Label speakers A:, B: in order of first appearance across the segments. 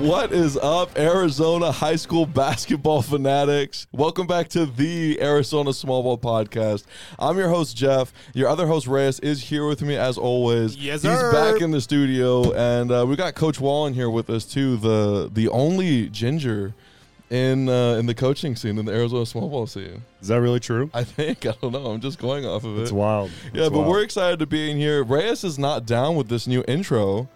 A: What is up, Arizona high school basketball fanatics? Welcome back to the Arizona Small Ball Podcast. I'm your host, Jeff. Your other host, Reyes, is here with me as always.
B: Yes,
A: He's
B: sir.
A: back in the studio, and uh, we got Coach Wall in here with us, too, the the only ginger in uh, in the coaching scene, in the Arizona Small Ball scene.
C: Is that really true?
A: I think. I don't know. I'm just going off of it.
C: It's wild.
A: yeah,
C: It's
A: but
C: wild.
A: we're excited to be in here. Reyes is not down with this new intro.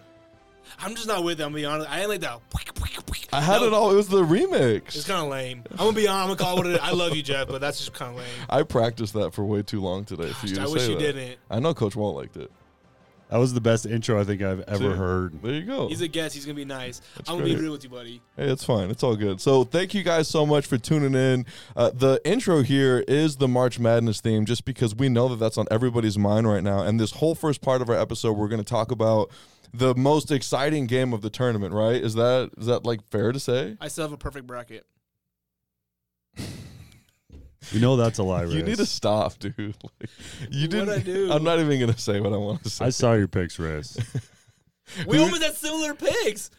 B: I'm just not with it. I'm gonna be honest. I ain't like that. wik, wik, wik.
A: I had
B: No,
A: it all. It was the remix.
B: It's kind of lame. I'm gonna be honest. I'm gonna call it what it is. I love you, Jeff, but that's just kind of lame.
A: I practiced that for way too long today for you to
B: I
A: say
B: wish you
A: that.
B: didn't.
A: I know Coach Wall liked it.
C: that was the best intro I think I've ever
A: Dude,
C: heard.
A: There you go.
B: He's a guest. He's gonna be nice. I'm gonna
A: Oh. great.
B: be real with you, buddy.
A: Hey, it's fine. It's all good. So, thank you guys so much for tuning in. Uh, the intro here is the March Madness theme, just because we know that that's on everybody's mind right now. And this whole first part of our episode, we're going to talk about the most exciting game of the tournament. Right? Is that is that like fair to say?
B: I still have a perfect bracket.
C: You know that's a lie, right?
A: You need to stop, dude. Like, you
B: What'd
A: didn't.
B: I do?
A: I'm not even going to say what I want to say.
C: I saw your pics, Reyes.
B: We almost had similar picks.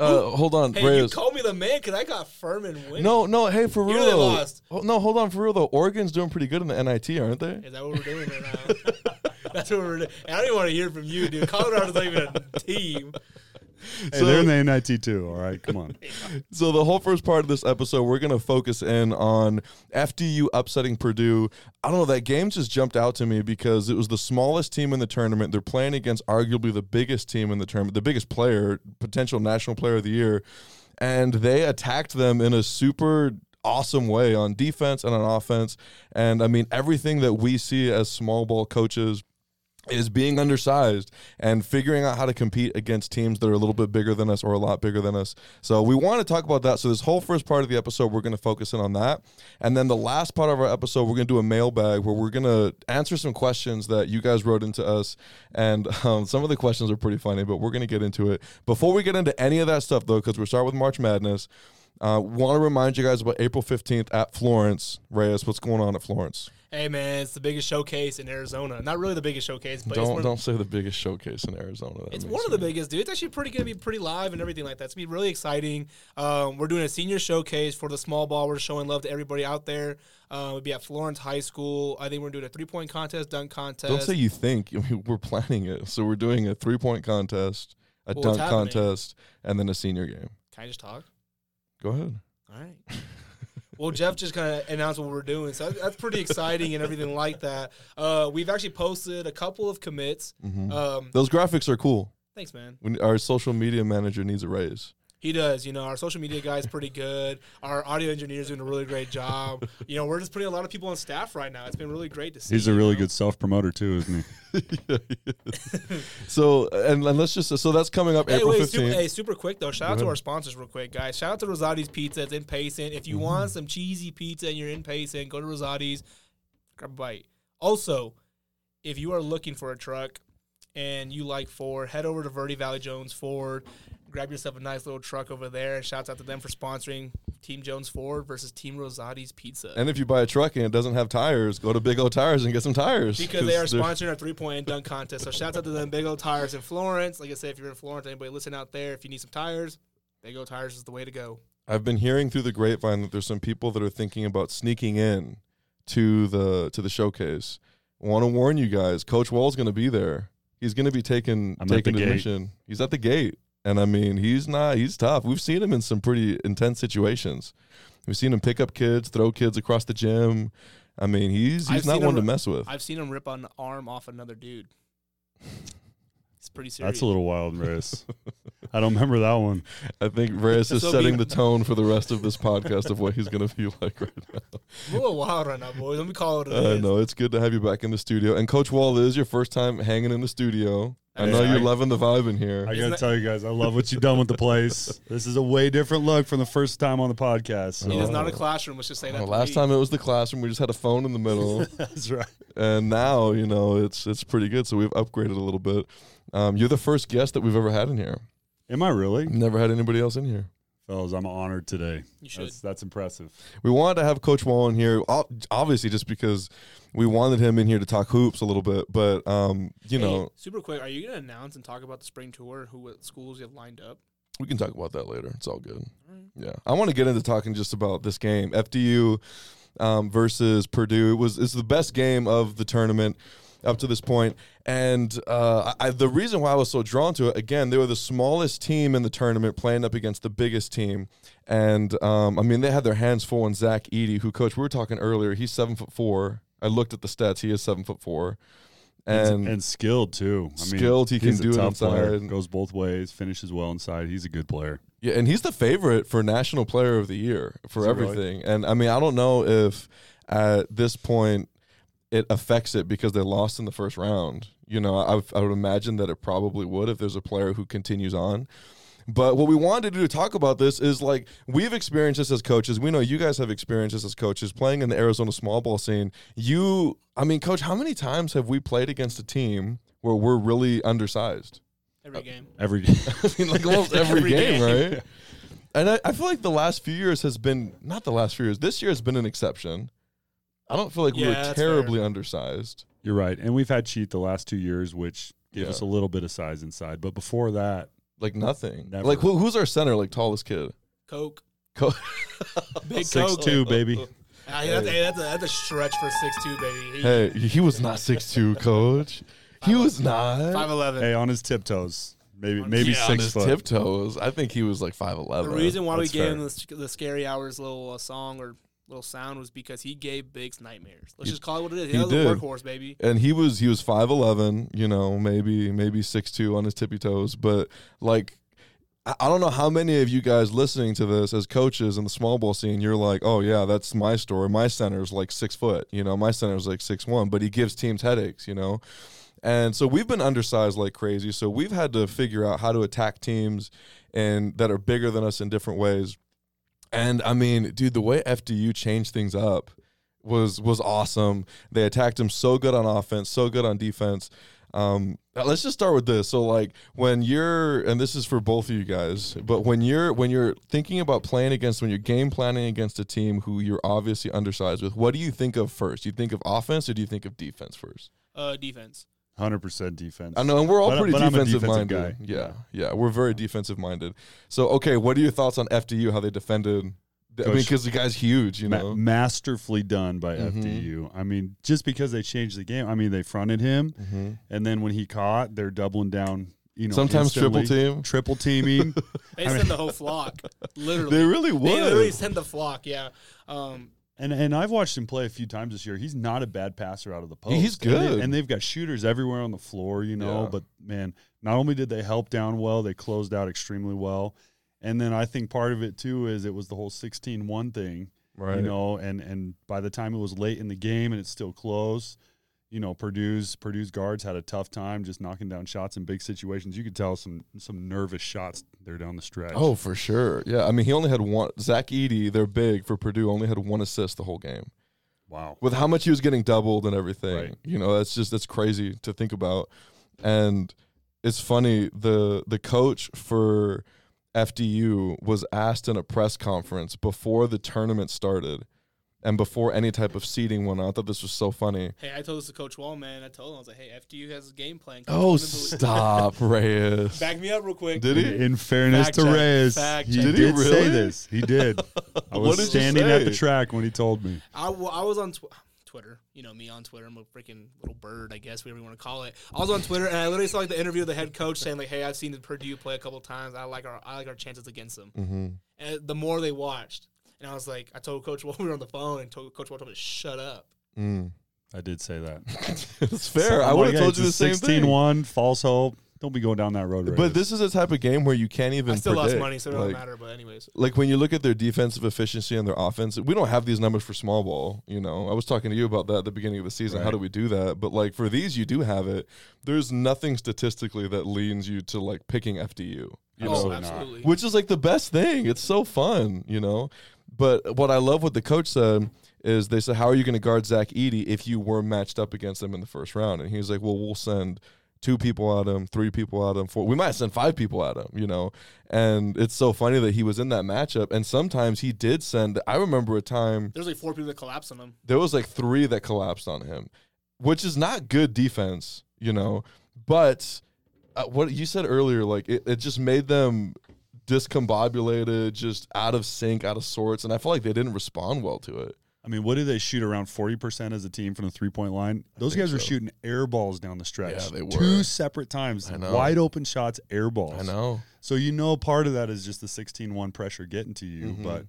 A: uh, hold on,
B: Hey, you
A: Reyes.
B: called me the man because I got Furman winning.
A: No, no, hey, for
B: You
A: real.
B: know they lost.
A: Ho- No, hold on, for real though. Oregon's doing pretty good in the NIT, aren't they?
B: Is that what we're doing right now? That's what we're doing. And I don't even want to hear from you, dude. Colorado's not even a team.
C: hey,
A: So-
C: they're in the NIT too. All right, come on.
A: So the whole first part of this episode, we're gonna focus in on FDU upsetting Purdue. I don't know that game just jumped out to me because it was the smallest team in the tournament. They're playing against arguably the biggest team in the tournament, the biggest player, potential national player of the year, and they attacked them in a super awesome way on defense and on offense. And I mean everything that we see as small ball coaches is being undersized and figuring out how to compete against teams that are a little bit bigger than us or a lot bigger than us. So we want to talk about that. So this whole first part of the episode, we're going to focus in on that. And then the last part of our episode, we're going to do a mailbag where we're going to answer some questions that you guys wrote into us. And um, some of the questions are pretty funny, but we're going to get into it. Before we get into any of that stuff, though, because we're starting with March Madness, uh, want to remind you guys about April 15th at Florence. Reyes, what's going on at Florence?
B: Hey, man, it's the biggest showcase in Arizona. Not really the biggest showcase, but it's one
A: Don't
B: of-
A: don't say the biggest showcase in Arizona. That
B: It's
A: makes
B: one of
A: me-
B: the biggest, dude. It's actually pretty gonna be pretty live and everything like that. It's gonna be really exciting. Um, we're doing a senior showcase for the small ball. We're showing love to everybody out there. Uh, we'll be at Florence High School. I think we're doing a three point contest, dunk contest.
A: Don't say you think. I mean, we're planning it. So we're doing a three point contest, a
B: Well,
A: dunk
B: it's happening.
A: contest, and then a senior game.
B: Can I just talk?
A: Go ahead.
B: All right. Well, Jeff just kind of announced what we're doing, so that's- that's pretty exciting and everything like that. Uh, we've actually posted a couple of commits.
A: Mm-hmm.
B: Um,
A: Those graphics are cool.
B: thanks, man.
A: When our social media manager needs a raise.
B: He does. You know, our social media guy is pretty good. Our audio engineer is doing a really great job. You know, we're just putting a lot of people on staff right now. It's been really great to see.
C: He's a
B: you
C: really
B: know?
C: good self promoter too, isn't he?
A: So and, and let's just so that's coming up
B: Hey,
A: April
B: wait, super,
A: fifteenth.
B: hey, super quick though. Shout out to our sponsors real quick, guys. Shout out to Rosati's Pizza. It's in Payson. If
C: Mm-hmm.
B: you want some cheesy pizza and you're in Payson, go to Rosati's, grab a bite. Also, if you are looking for a truck and you like Ford, head over to Verde Valley Jones Ford. Grab yourself a nice little truck over there. Shouts out to them for sponsoring Team Jones Ford versus Team Rosati's Pizza.
A: and if you buy a truck and it doesn't have tires, go to Big O Tires and get some tires.
B: because they are
A: they're-
B: sponsoring our three point and dunk contest. So shout out to them, Big Old Tires in Florence. Like I said, if you're in Florence, anybody listen out there, if you need some tires, Big Old Tires is the way to go.
A: I've been hearing through the grapevine that there's some people that are thinking about sneaking in to the to the showcase. Want to warn you guys, Coach Wall's going to be there. He's going to be taking
C: I'm at
A: taking
C: the
A: his
C: gate.
A: mission. He's at the gate, and I mean, he's not. He's tough. We've seen him in some pretty intense situations. We've seen him pick up kids, throw kids across the gym. I mean, he's he's
B: I've
A: not
B: seen
A: one to
B: him-
A: mess with.
B: I've seen him rip an arm off another dude. It's pretty serious.
C: That's a little wild, Reyes. I don't remember that one.
A: I think Reyes is
B: So be-
A: setting the tone for the rest of this podcast of what he's going to be like right now.
B: I'm a little wild right now, boys. Let me call it.
A: I
B: A
A: know Uh, it's good to have you back in the studio. And Coach Wall, this is your first time hanging in the studio. I
C: Hey,
A: know you're
C: I-
A: loving the vibe in here.
C: I
B: Isn't
C: gotta
B: that-
C: tell you guys, I love what you've done with the place. This is a way different look from the first time on the podcast. so-
B: It is not a classroom. Let's just say that.
A: Uh,
B: to
A: last
B: me.
A: time it was the classroom. We just had a phone in the middle,
C: That's right.
A: and now you know it's it's pretty good. So we've upgraded a little bit. Um, you're the first guest that we've ever had in here.
C: Am I really,
A: Never had anybody else in here.
C: fellas? I'm honored today.
B: you should.
C: That's, that's impressive.
A: We wanted to have Coach Wall in here, ob- obviously, just because we wanted him in here to talk hoops a little bit. But um, you
B: Hey,
A: know,
B: super quick. Are you gonna announce and talk about the spring tour? Who what schools you have lined up?
A: We can talk about that later. It's all good. Yeah, I want to get into talking just about this game, FDU um, versus Purdue. It was it's the best game of the tournament up to this point, and uh, I, I- the reason why I was so drawn to it again, they were the smallest team in the tournament playing up against the biggest team, and um, I mean they had their hands full. And Zach Eady, who coach we were talking earlier, he's seven foot four. I looked at the stats; he is seven foot four, and,
C: and, skilled too. I mean,
A: Skilled, he can
C: he's a
A: do it
C: tough
A: inside.
C: Player. Goes both ways. Finishes well inside. He's a good player.
A: Yeah, and he's the favorite for National Player of the Year for
C: he really?
A: everything. And I mean, I don't know if at this point it affects it because they lost in the first round. You know, I, I would imagine that it probably would if there's a player who continues on. But what we wanted to do to talk about this is like we've experienced this as coaches. We know you guys have experienced this as coaches playing in the Arizona small ball scene. You, I mean, coach, how many times have we played against a team where we're really undersized?
B: every game.
C: Every
A: I mean, like almost every,
B: Every
A: game,
B: game.
A: right? And I, I feel like the last few years has been not the last few years. This year has been an exception. I don't feel like
B: Yeah,
A: we were
B: that's
A: terribly undersized.
C: you're right. And we've had cheat the last two years, which gave
A: Yeah.
C: us a little bit of size inside. But before that,
A: Like nothing.
C: Never.
A: Like who, who's our center? Like tallest kid.
B: Coke,
A: Co-
B: big
C: six
B: Coke.
C: two baby.
B: Ah, yeah, that's, hey, that's, a, that's a stretch for six two, baby.
A: hey, he was not six two, coach. He was
B: Five
A: not.
B: eleven.
C: Hey, on his tiptoes. Maybe maybe
B: yeah, on
C: six
A: His
C: foot.
A: tiptoes. I think he was like five eleven.
B: The reason why we
C: That's
B: gave
C: fair.
B: him the, sc- the Scary Hours little uh, song or little sound was because he gave Biggs nightmares. Let's
A: He-
B: just call it what it is. He,
A: he
B: was a
A: did.
B: workhorse, baby.
A: and he was he was 5'11 you know maybe maybe six two on his tippy toes but like I I don't know how many of you guys listening to this as coaches in the small ball scene, you're like, oh, yeah, that's my story. My center's like six foot, you know, my center's like six one, but he gives teams headaches, you know? And so we've been undersized like crazy. So we've had to figure out how to attack teams and that are bigger than us in different ways. And I mean, dude, the way FDU changed things up was was awesome. They attacked him so good on offense, so good on defense. Um, now let's just start with this. So like when you're and this is for both of you guys, but when you're when you're thinking about playing against when you're game planning against a team who you're obviously undersized with, what do you think of first? Do you think of offense or do you think of defense first?
B: Uh, defense.
C: Hundred percent defense.
A: I know, and we're all
C: But-
A: pretty
C: but I'm a
A: defensive,
C: defensive
A: minded.
C: guy.
A: Yeah, yeah, we're very defensive minded. So okay, what are your thoughts on FDU? How they defended? I mean,
C: Coach-
A: because the guy's huge, you
C: Ma-
A: know.
C: masterfully done by
A: Mhm.
C: FDU. I mean, just because they changed the game. I mean, they fronted him,
A: Mhm.
C: and then when he caught, they're doubling down. You know,
A: Sometimes triple
C: instantly.
A: team.
C: triple teaming.
B: They
C: I
B: send
C: mean-
B: the whole flock. Literally.
A: They really
B: They literally
A: would.
B: send the flock, yeah. Um,
C: And and I've watched him play a few times this year. He's not a bad passer out of the post.
A: he's
C: And they- And,
A: good.
C: they've got shooters everywhere on the floor, you know.
A: Yeah.
C: But man, not only did they help down well, they closed out extremely well. And then I think part of it too is it was the whole 16-1 thing,
A: Right.
C: you know. And and by the time it was late in the game and it's still close, you know, Purdue's Purdue's guards had a tough time just knocking down shots in big situations. You could tell some some nervous shots there down the stretch.
A: Oh, for sure. Yeah. I mean, he only had one. Zach Eady, their big for Purdue, only had one assist the whole game.
C: wow.
A: With how much he was getting doubled and everything,
C: Right.
A: you know, that's just that's crazy to think about. And it's funny the the coach for FDU was asked in a press conference before the tournament started and before any type of seeding went on. I thought this was so funny.
B: hey, I told this to Coach Wall, man. I told him, I was like, hey, FDU has a game plan. Coach.
A: Oh,
B: I'm gonna believe-
A: stop, Reyes.
B: Back me up real quick.
A: Did
C: In,
A: he?
C: in fairness
B: Fact
C: to
B: check.
C: Reyes,
B: Fact
C: he
B: check.
C: did,
A: Did he really?
C: say this. He did. I
A: What
C: was
A: did you
C: standing at the
A: say?
C: track when he told me.
B: I, w- I was on tw- Twitter. You know me on Twitter. I'm a freaking little bird, I guess, whatever you want to call it. I was on Twitter and I literally saw like the interview of the head coach saying like, "Hey, I've seen Purdue play a couple times. I like our I like our chances against them."
A: Mm-hmm.
B: And the more they watched, and I was like, I told Coach Wall we were on the phone and told Coach Wall told me to shut up.
A: Mm.
C: I did say that.
A: it's fair. I would have told you the same thing.
C: 16-1, false hope. Don't be going down that road. Reyes.
A: But this is the type of game where you can't even.
B: I still lost
A: predict.
B: money, so it
A: like,
B: don't matter. But anyways,
A: Like when you look at their defensive efficiency and their offense, we don't have these numbers for small ball. You know, I was talking to you about that at the beginning of the season. How
C: Right.
A: do we do that? But like for these, you do have it. There's nothing statistically that leans you to like picking FDU. You know,
B: oh,
C: Absolutely not.
B: absolutely.
A: which is like the best thing. It's so fun, you know. But what I love what the coach said is they said, "How are you going to guard Zach Eady if you were matched up against him in the first round?" And he was like, "Well, we'll send two people at him, three people at him, four. We might send five people at him, you know." And it's so funny that he was in that matchup, and sometimes he did send. I remember a time
B: There's like four people that collapsed on them.
A: there was like three that collapsed on him, which is not good defense, you know. But uh, what you said earlier, like it, it just made them discombobulated, just out of sync, out of sorts, and I feel like they didn't respond well to it.
C: I mean, what do they shoot around 40% as a team from the three point line? Those
A: think
C: guys were
A: so.
C: shooting air balls down the stretch.
A: Yeah, they were.
C: Two separate times,
A: I know.
C: wide open shots, air balls.
A: I know.
C: So you know part of that is just the 16-1 pressure getting to you,
A: Mhm.
C: but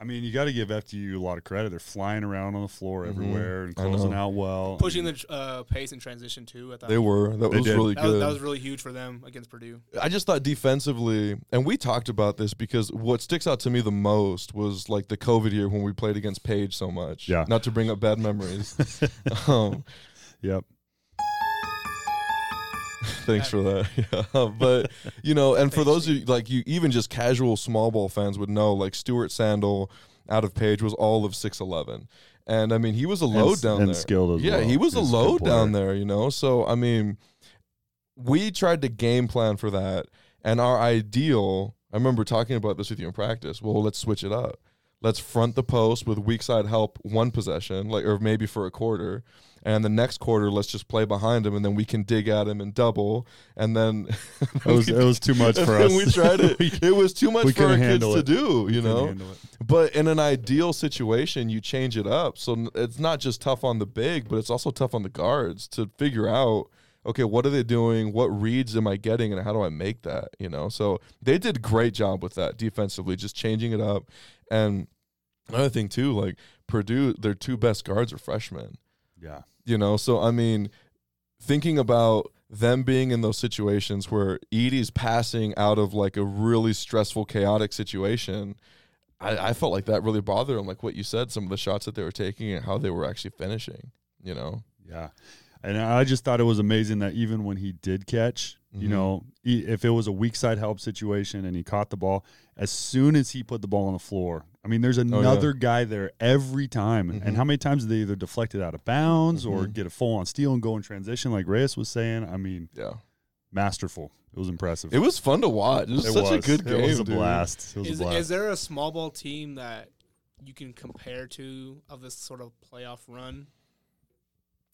C: I mean, you got to give FDU a lot of credit. They're flying around on the floor
A: Mhm.
C: everywhere and
A: I
C: closing
A: know.
C: out well.
B: Pushing the uh, pace and transition too. I thought
A: They were. That
C: They
A: was
C: did.
A: really
B: that
A: good.
B: was, that was really huge for them against Purdue.
A: I just thought defensively, and we talked about this because what sticks out to me the most was like the COVID year when we played against Page so much.
C: Yeah.
A: Not to bring up bad memories. um,
C: Yep.
A: thanks for that. Yeah. But you know, and for those of you like you even just casual small ball fans would know, like Stuart Sandel out of Page was all of six eleven. And I mean he was a load
C: and,
A: down
C: and
A: there.
C: skilled as
A: yeah,
C: well.
A: he was a
C: He's
A: load
C: good
A: down
C: player.
A: there, you know. So I mean, we tried to game plan for that, and our ideal. I remember talking about this with you in practice. Well, let's switch it up. Let's front the post with weak side help one possession, like or maybe for a quarter, and the next quarter let's just play behind him, and then we can dig at him and double, and then
C: It was, it was too much
A: and
C: for
A: then
C: us.
A: we tried it. it was too much
C: we
A: for our
C: couldn't
A: kids
C: handle
A: to
C: it.
A: do, you
C: Couldn't
A: know.
C: handle it.
A: But in an ideal situation, you change it up. So n- it's not just tough on the big, but it's also tough on the guards to figure out, okay, what are they doing? What reads am I getting? And how do I make that? You know, so they did great job with that defensively, just changing it up. And another thing too, like Purdue, their two best guards are freshmen
C: Yeah.
A: you know so i mean thinking about them being in those situations where edie's passing out of like a really stressful chaotic situation I, I felt like that really bothered them like what you said some of the shots that they were taking and how they were actually finishing you know
C: Yeah. And I just thought it was amazing that even when he did catch, you
A: Mhm.
C: know, e- if it was a weak side help situation and he caught the ball, as soon as he put the ball on the floor, I mean,
A: Oh,
C: there's another guy there every time.
A: Mhm.
C: And how many times did they either deflect it out of bounds or
A: Mhm.
C: get a full on steal and go in transition, like Reyes was saying? I mean,
A: yeah
C: masterful. It was impressive.
A: it was fun to watch it was
C: It
A: such a
C: was.
A: good game
C: It was a
A: dude.
C: blast. It was
B: Is,
C: a blast.
B: is there a small ball team that you can compare to of this sort of playoff run?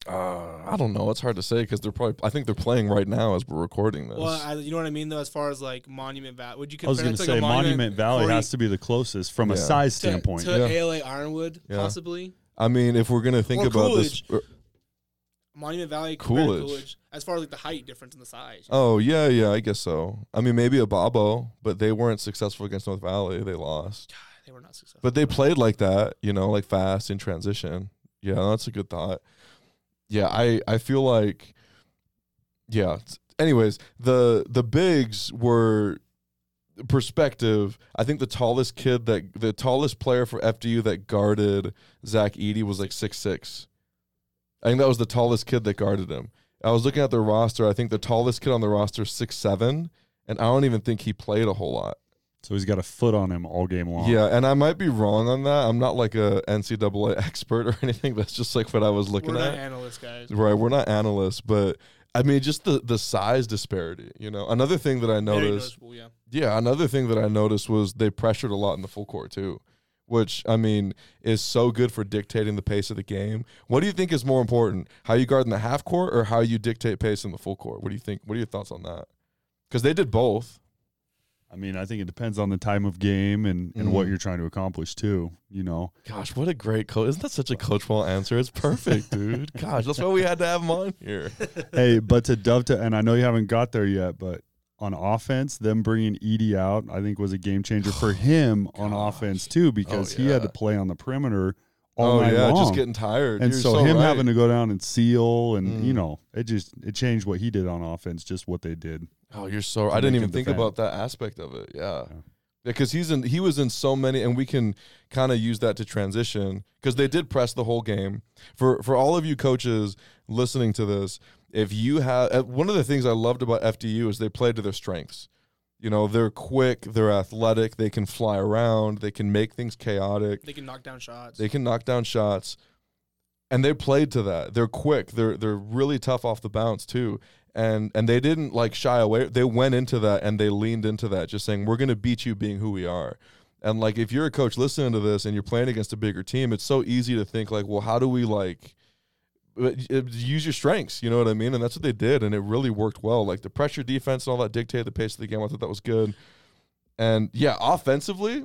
A: Uh, i don't know it's hard to say because they're probably i think they're playing right now as we're recording this
B: Well, I, you know what I mean though. As far as like Monument Valley, would you
C: I
B: compare
C: was going
B: it
C: to
B: to
C: say
B: like a
C: Monument Valley
B: or you-
C: has to be the closest from a
A: Yeah.
C: size
B: to,
C: standpoint.
B: to
A: Yeah.
B: ALA Ironwood
A: Yeah.
B: possibly?
A: I mean if we're gonna think
B: Or
A: about this
B: Monument Valley, compared to
A: Coolidge.
B: Coolidge. As far as like the height difference in the size,
A: Oh yeah, yeah, I guess so. I mean, maybe a Babo, but they weren't successful against North Valley. They lost,
B: they were not successful.
A: but they played like that, you know, like fast in transition. Yeah, that's a good thought. Yeah, I I feel like, yeah. it's- Anyways, the the bigs were perspective. I think the tallest kid that the tallest player for FDU that guarded Zach Eady was like six six. I think that was the tallest kid that guarded him. I was looking at their roster. I think the tallest kid on the roster is six seven, and I don't even think he played a whole lot.
C: So he's got a foot on him all game long.
A: Yeah, and I might be wrong on that. I'm not like a NCAA expert or anything. That's just like what I was looking
B: we're
A: at.
B: not analysts, guys.
A: Right, we're not analysts, but I mean just the the size disparity. You know, another thing that I
B: Very
A: noticed.
B: noticeable, yeah.
A: Yeah, another thing that I noticed was they pressured a lot in the full court too, which I mean is so good for dictating the pace of the game. What do you think is more important, how you guard in the half court or how you dictate pace in the full court? What do you think? What are your thoughts on that? Because they did both.
C: I mean, I think it depends on the time of game and, and what
A: Mhm.
C: you're trying to accomplish too. You know,
A: Gosh, what a great coach! Isn't that such a coach ball answer? It's perfect, dude. Gosh, that's why we had to have him on here.
C: hey, but to dovetail, and I know you haven't got there yet, but on offense, them bringing Edie out, I think was a game changer for him on
A: Gosh. Oh,
C: offense too because he had
A: yeah.
C: to play on the perimeter all
A: oh
C: night
A: yeah,
C: long.
A: just getting tired.
C: and
A: You're
C: so, him
A: right.
C: having to go down and seal, and you
A: Mm.
C: know, it just it changed what he did on offense, just what they did.
A: Oh, you're so.
C: to
A: I didn't
C: make
A: even
C: him
A: think
C: defend.
A: about that aspect of it. Yeah,
C: Yeah.
A: because he's in. He was in so many, and we can kind of use that to transition because they did press the whole game. For for all of you coaches listening to this, if you have uh, one of the things I loved about FDU is they played to their strengths. You know, they're quick, they're athletic, they can fly around, they can make things chaotic.
B: They can knock down shots.
A: They can knock down shots, and they played to that. They're quick. They're they're really tough off the bounce too, and and they didn't like shy away. They went into that and they leaned into that, just saying we're going to beat you being who we are. And like if you're a coach listening to this and you're playing against a bigger team, it's so easy to think like, well, how do we like but it- use your strengths you know what i mean and that's what they did and it really worked well like the pressure defense and all that dictated the pace of the game i thought that was good And yeah, offensively,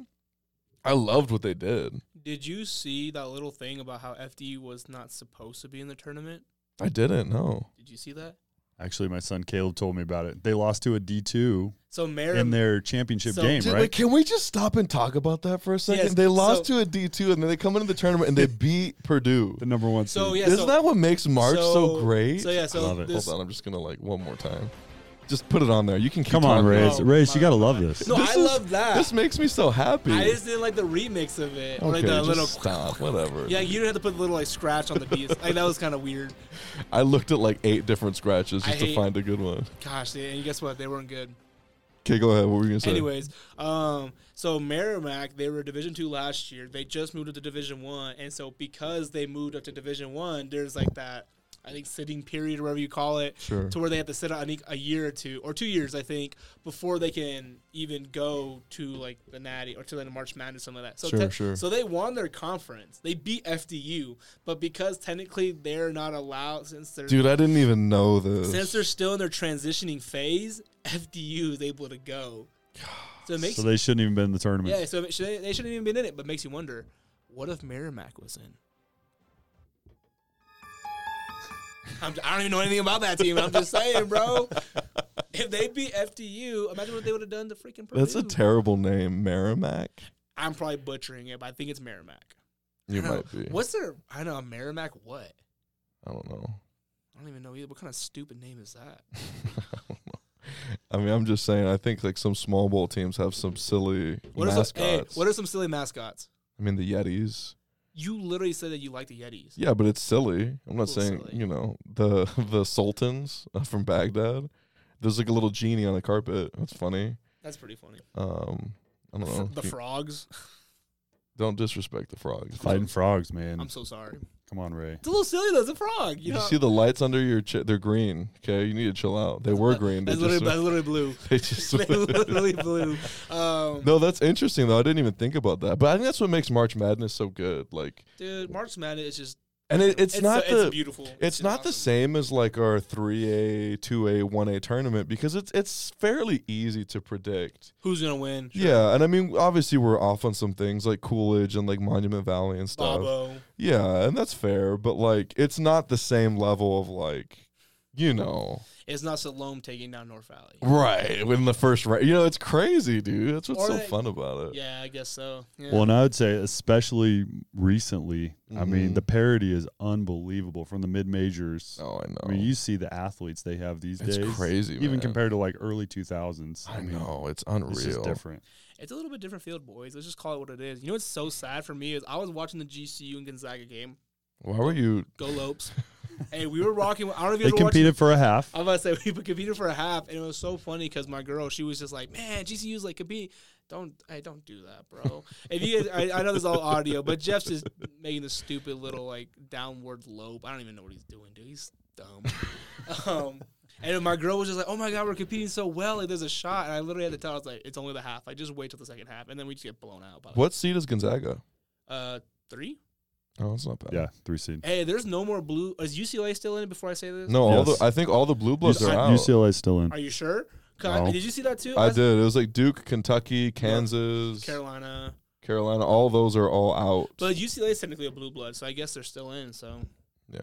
A: I loved what they did.
B: Did you see that little thing about how FDU was not supposed to be in the tournament?
A: I didn't know.
B: Did you see that?
C: Actually, my son Caleb told me about it. They lost to a D two
B: So Merriman,
C: in their championship
B: So-
C: game,
A: Dude,
C: right?
A: like, can we just stop and talk about that for a second?
B: Yes,
A: they lost
B: so-
A: to a D two, and then they come into the tournament and they beat Purdue.
C: the number one.
B: So
C: seed.
B: yeah,
A: Isn't
B: so,
A: that what makes March so, great?
B: So yeah, so
C: Love it.
B: this-
A: Hold on, I'm just gonna like one more time. Just put it on there. You can keep
C: come on,
A: talking.
C: Race,
B: Oh,
C: Race, you
B: my
C: gotta love
B: God.
C: this.
B: No,
A: This
B: I
A: is-
B: love that.
A: This makes me so happy.
B: I just didn't like the remix of it, or
A: okay,
B: like the
A: just
B: little.
A: stop. Whatever.
B: Yeah, you didn't have to put a little like scratch on the beat. like that was kind of weird.
A: I looked at like eight different scratches
B: I
A: just to
B: hate-
A: find a good one.
B: Gosh, and guess what? They weren't good.
A: Okay, go ahead. What were you gonna say?
B: Anyways, um, so Merrimack, they were Division Two last year. They just moved up to Division One, and so because they moved up to Division One, there's like that, I think, sitting period, or whatever you call it,
A: Sure.
B: to where they have to sit out I think a year or two or two years, I think, before they can even go to like the Natty or to like the March Madness, something like that. So
A: Sure,
B: te-
A: sure.
B: So they won their conference. They beat FDU, but because technically they're not allowed since they're
A: Dude, I didn't even know this.
B: since they're still in their transitioning phase, FDU is able to go. So it makes
C: So they shouldn't even been in the tournament.
B: yeah, so it should, they shouldn't even been in it, but makes you wonder, what if Merrimack was in? I'm, I don't even know anything about that team. I'm just saying, bro. If they beat FDU, imagine what they would have done to freaking Purdue.
A: That's a terrible name, Merrimack.
B: I'm probably butchering it, but I think it's Merrimack.
A: You
B: I don't
A: might
B: know.
A: be.
B: What's their? I know Merrimack. What?
A: I don't know.
B: I don't even know either. What kind of stupid name is that?
A: I mean, I'm just saying. I think like some small bowl teams have some silly
B: What are
A: mascots.
B: some? Hey, what are some silly mascots?
A: I mean, the Yetis.
B: You literally said that you like the Yetis.
A: Yeah, but it's silly. I'm not
B: It's a little
A: saying
B: silly.
A: you know the the sultans uh, from Baghdad. There's like a little genie on a carpet. That's funny.
B: That's pretty funny.
A: Um, I don't
B: Fr-
A: know.
B: the
A: You-
B: frogs.
A: don't disrespect the frogs.
C: Fighting frogs, man.
B: I'm so sorry.
C: Come on, Ray.
B: It's a little silly though. It's a frog. You,
A: Mm. You,
B: know,
A: see the lights under your chair? They're green. Okay, you need to chill out. They were green. They
B: That's literally,
A: just,
B: that's literally blue.
A: they just
B: They literally blue. Um,
A: No, that's interesting though. I didn't even think about that. But I think that's what makes March Madness so good. Like,
B: Dude, March Madness is just.
A: and it, it's,
B: It's,
A: not
B: so-
A: the
B: it's beautiful.
A: it's not the same as like our three A, two A, one A tournament because it's it's fairly easy to predict.
B: Who's gonna win?
A: Yeah, and I mean obviously we're off on some things like Coolidge and like Monument Valley and stuff.
B: Bobo.
A: Yeah, and that's fair, but like it's not the same level of like you know
B: It's not Salome taking down North Valley.
A: right within the first round. You know it's crazy, dude. That's what's
B: Or
A: so
B: they-
A: fun about it.
B: Yeah, I guess so. Yeah.
C: Well, and I would say, especially recently, I
A: Mhm.
C: mean, the parity is unbelievable from the mid majors.
A: Oh, I know.
C: I mean, you see the athletes they have these
A: it's
C: days.
A: crazy,
C: Even
A: man.
C: compared to like early 2000s.
A: I
C: mean,
A: know it's unreal.
C: It's just different.
B: It's a little bit different field, boys. Let's just call it what it is. You know what's so sad for me is I was watching the GCU and Gonzaga game.
A: Why were you?
B: Go Lopes. hey, we were rocking. I don't know if you
C: They
B: ever watched
C: competed for a half.
B: I was about to say we competed for a half, and it was so funny because my girl, she was just like, "Man, GCU's like compete. Don't, hey, don't do that, bro. if you, guys, I, I know this is all audio, but Jeff's just making this stupid little like downward lope. I don't even know what he's doing, dude. He's dumb. um, and my girl was just like, "Oh my god, we're competing so well. Like, there's a shot." And I literally had to tell her, "I was like, it's only the half. Like, just wait till the second half, and then we just get blown out." By like,
A: What seed is Gonzaga?
B: Uh, three.
A: Oh, it's not bad.
C: Yeah, three seed.
B: Hey, there's no more blue. Is UCLA still in it? Before I say this,
A: No, all
C: Yes.
A: the I think all the blue bloods are out.
C: UCLA's still in.
B: Are you sure? 'Cause I-
C: No.
B: Did you see that too?
A: I
B: That's-
A: did. It was like Duke, Kentucky, Kansas, Carolina.
B: Carolina.
A: All those are all out.
B: But UCLA is technically a blue blood, so I guess they're still in. So
A: yeah.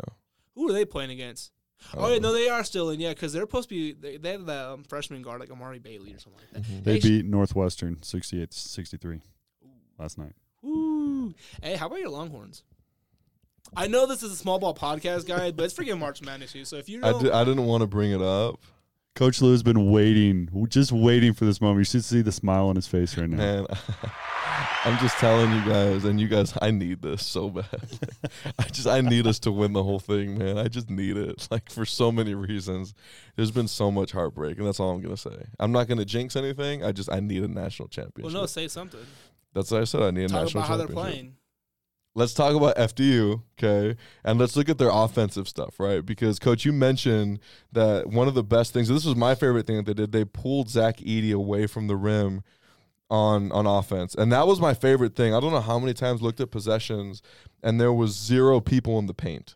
B: who are they playing against?
A: I
B: Oh yeah,
A: don't know.
B: no, they are still in. Yeah, because they're supposed to be. They, they have that um, freshman guard like Amari Bailey or something like that.
A: Mhm.
C: They
B: Hey,
C: beat Northwestern 68 63 last night.
B: Ooh. Hey, how about your Longhorns? I know this is a small ball podcast, guy, but it's freaking March Madness, too. So if you
A: I,
B: don't,
A: did, I didn't want to bring it up.
C: Coach Lou's been waiting, just waiting for this moment. You should see the smile on his face right now.
A: Man, I'm just telling you guys, and you guys, I need this so bad. I just, I need us to win the whole thing, man. I just need it, like for so many reasons. There's been so much heartbreak, and that's all I'm gonna say. I'm not gonna jinx anything. I just, I need a national
B: well,
A: championship.
B: no, say something.
A: that's what I said. I need a
B: Talk
A: national
B: about how they're
A: championship.
B: playing.
A: Let's talk about FDU, okay? And let's look at their offensive stuff, right? Because coach, you mentioned that one of the best things. This was my favorite thing that they did. They pulled Zach Eady away from the rim on on offense, and that was my favorite thing. I don't know how many times looked at possessions, and there was zero people in the paint.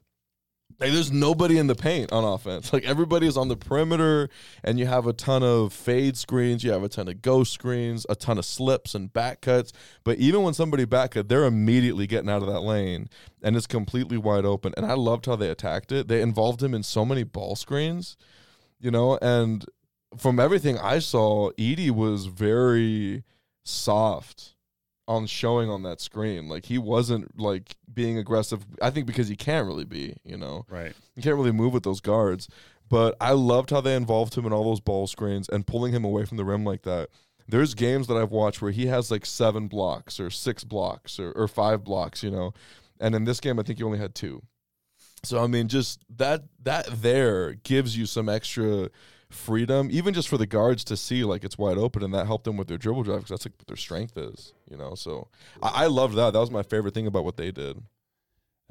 A: Like there's nobody in the paint on offense. Like everybody is on the perimeter, and you have a ton of fade screens, you have a ton of ghost screens, a ton of slips and back cuts. But even when somebody back cut, they're immediately getting out of that lane, and it's completely wide open. And I loved how they attacked it. They involved him in so many ball screens, you know. And from everything I saw, Edie was very soft on showing on that screen. Like he wasn't like being aggressive. I think because he can't really be, you know.
C: Right.
A: You can't really move with those guards. But I loved how they involved him in all those ball screens and pulling him away from the rim like that. There's games that I've watched where he has like seven blocks or six blocks or, or five blocks, you know. And in this game, I think he only had two. So I mean, just that that there gives you some extra freedom, even just for the guards to see like it's wide open, and that helped them with their dribble drive because that's like what their strength is, you know. So I, I loved that. That was my favorite thing about what they did.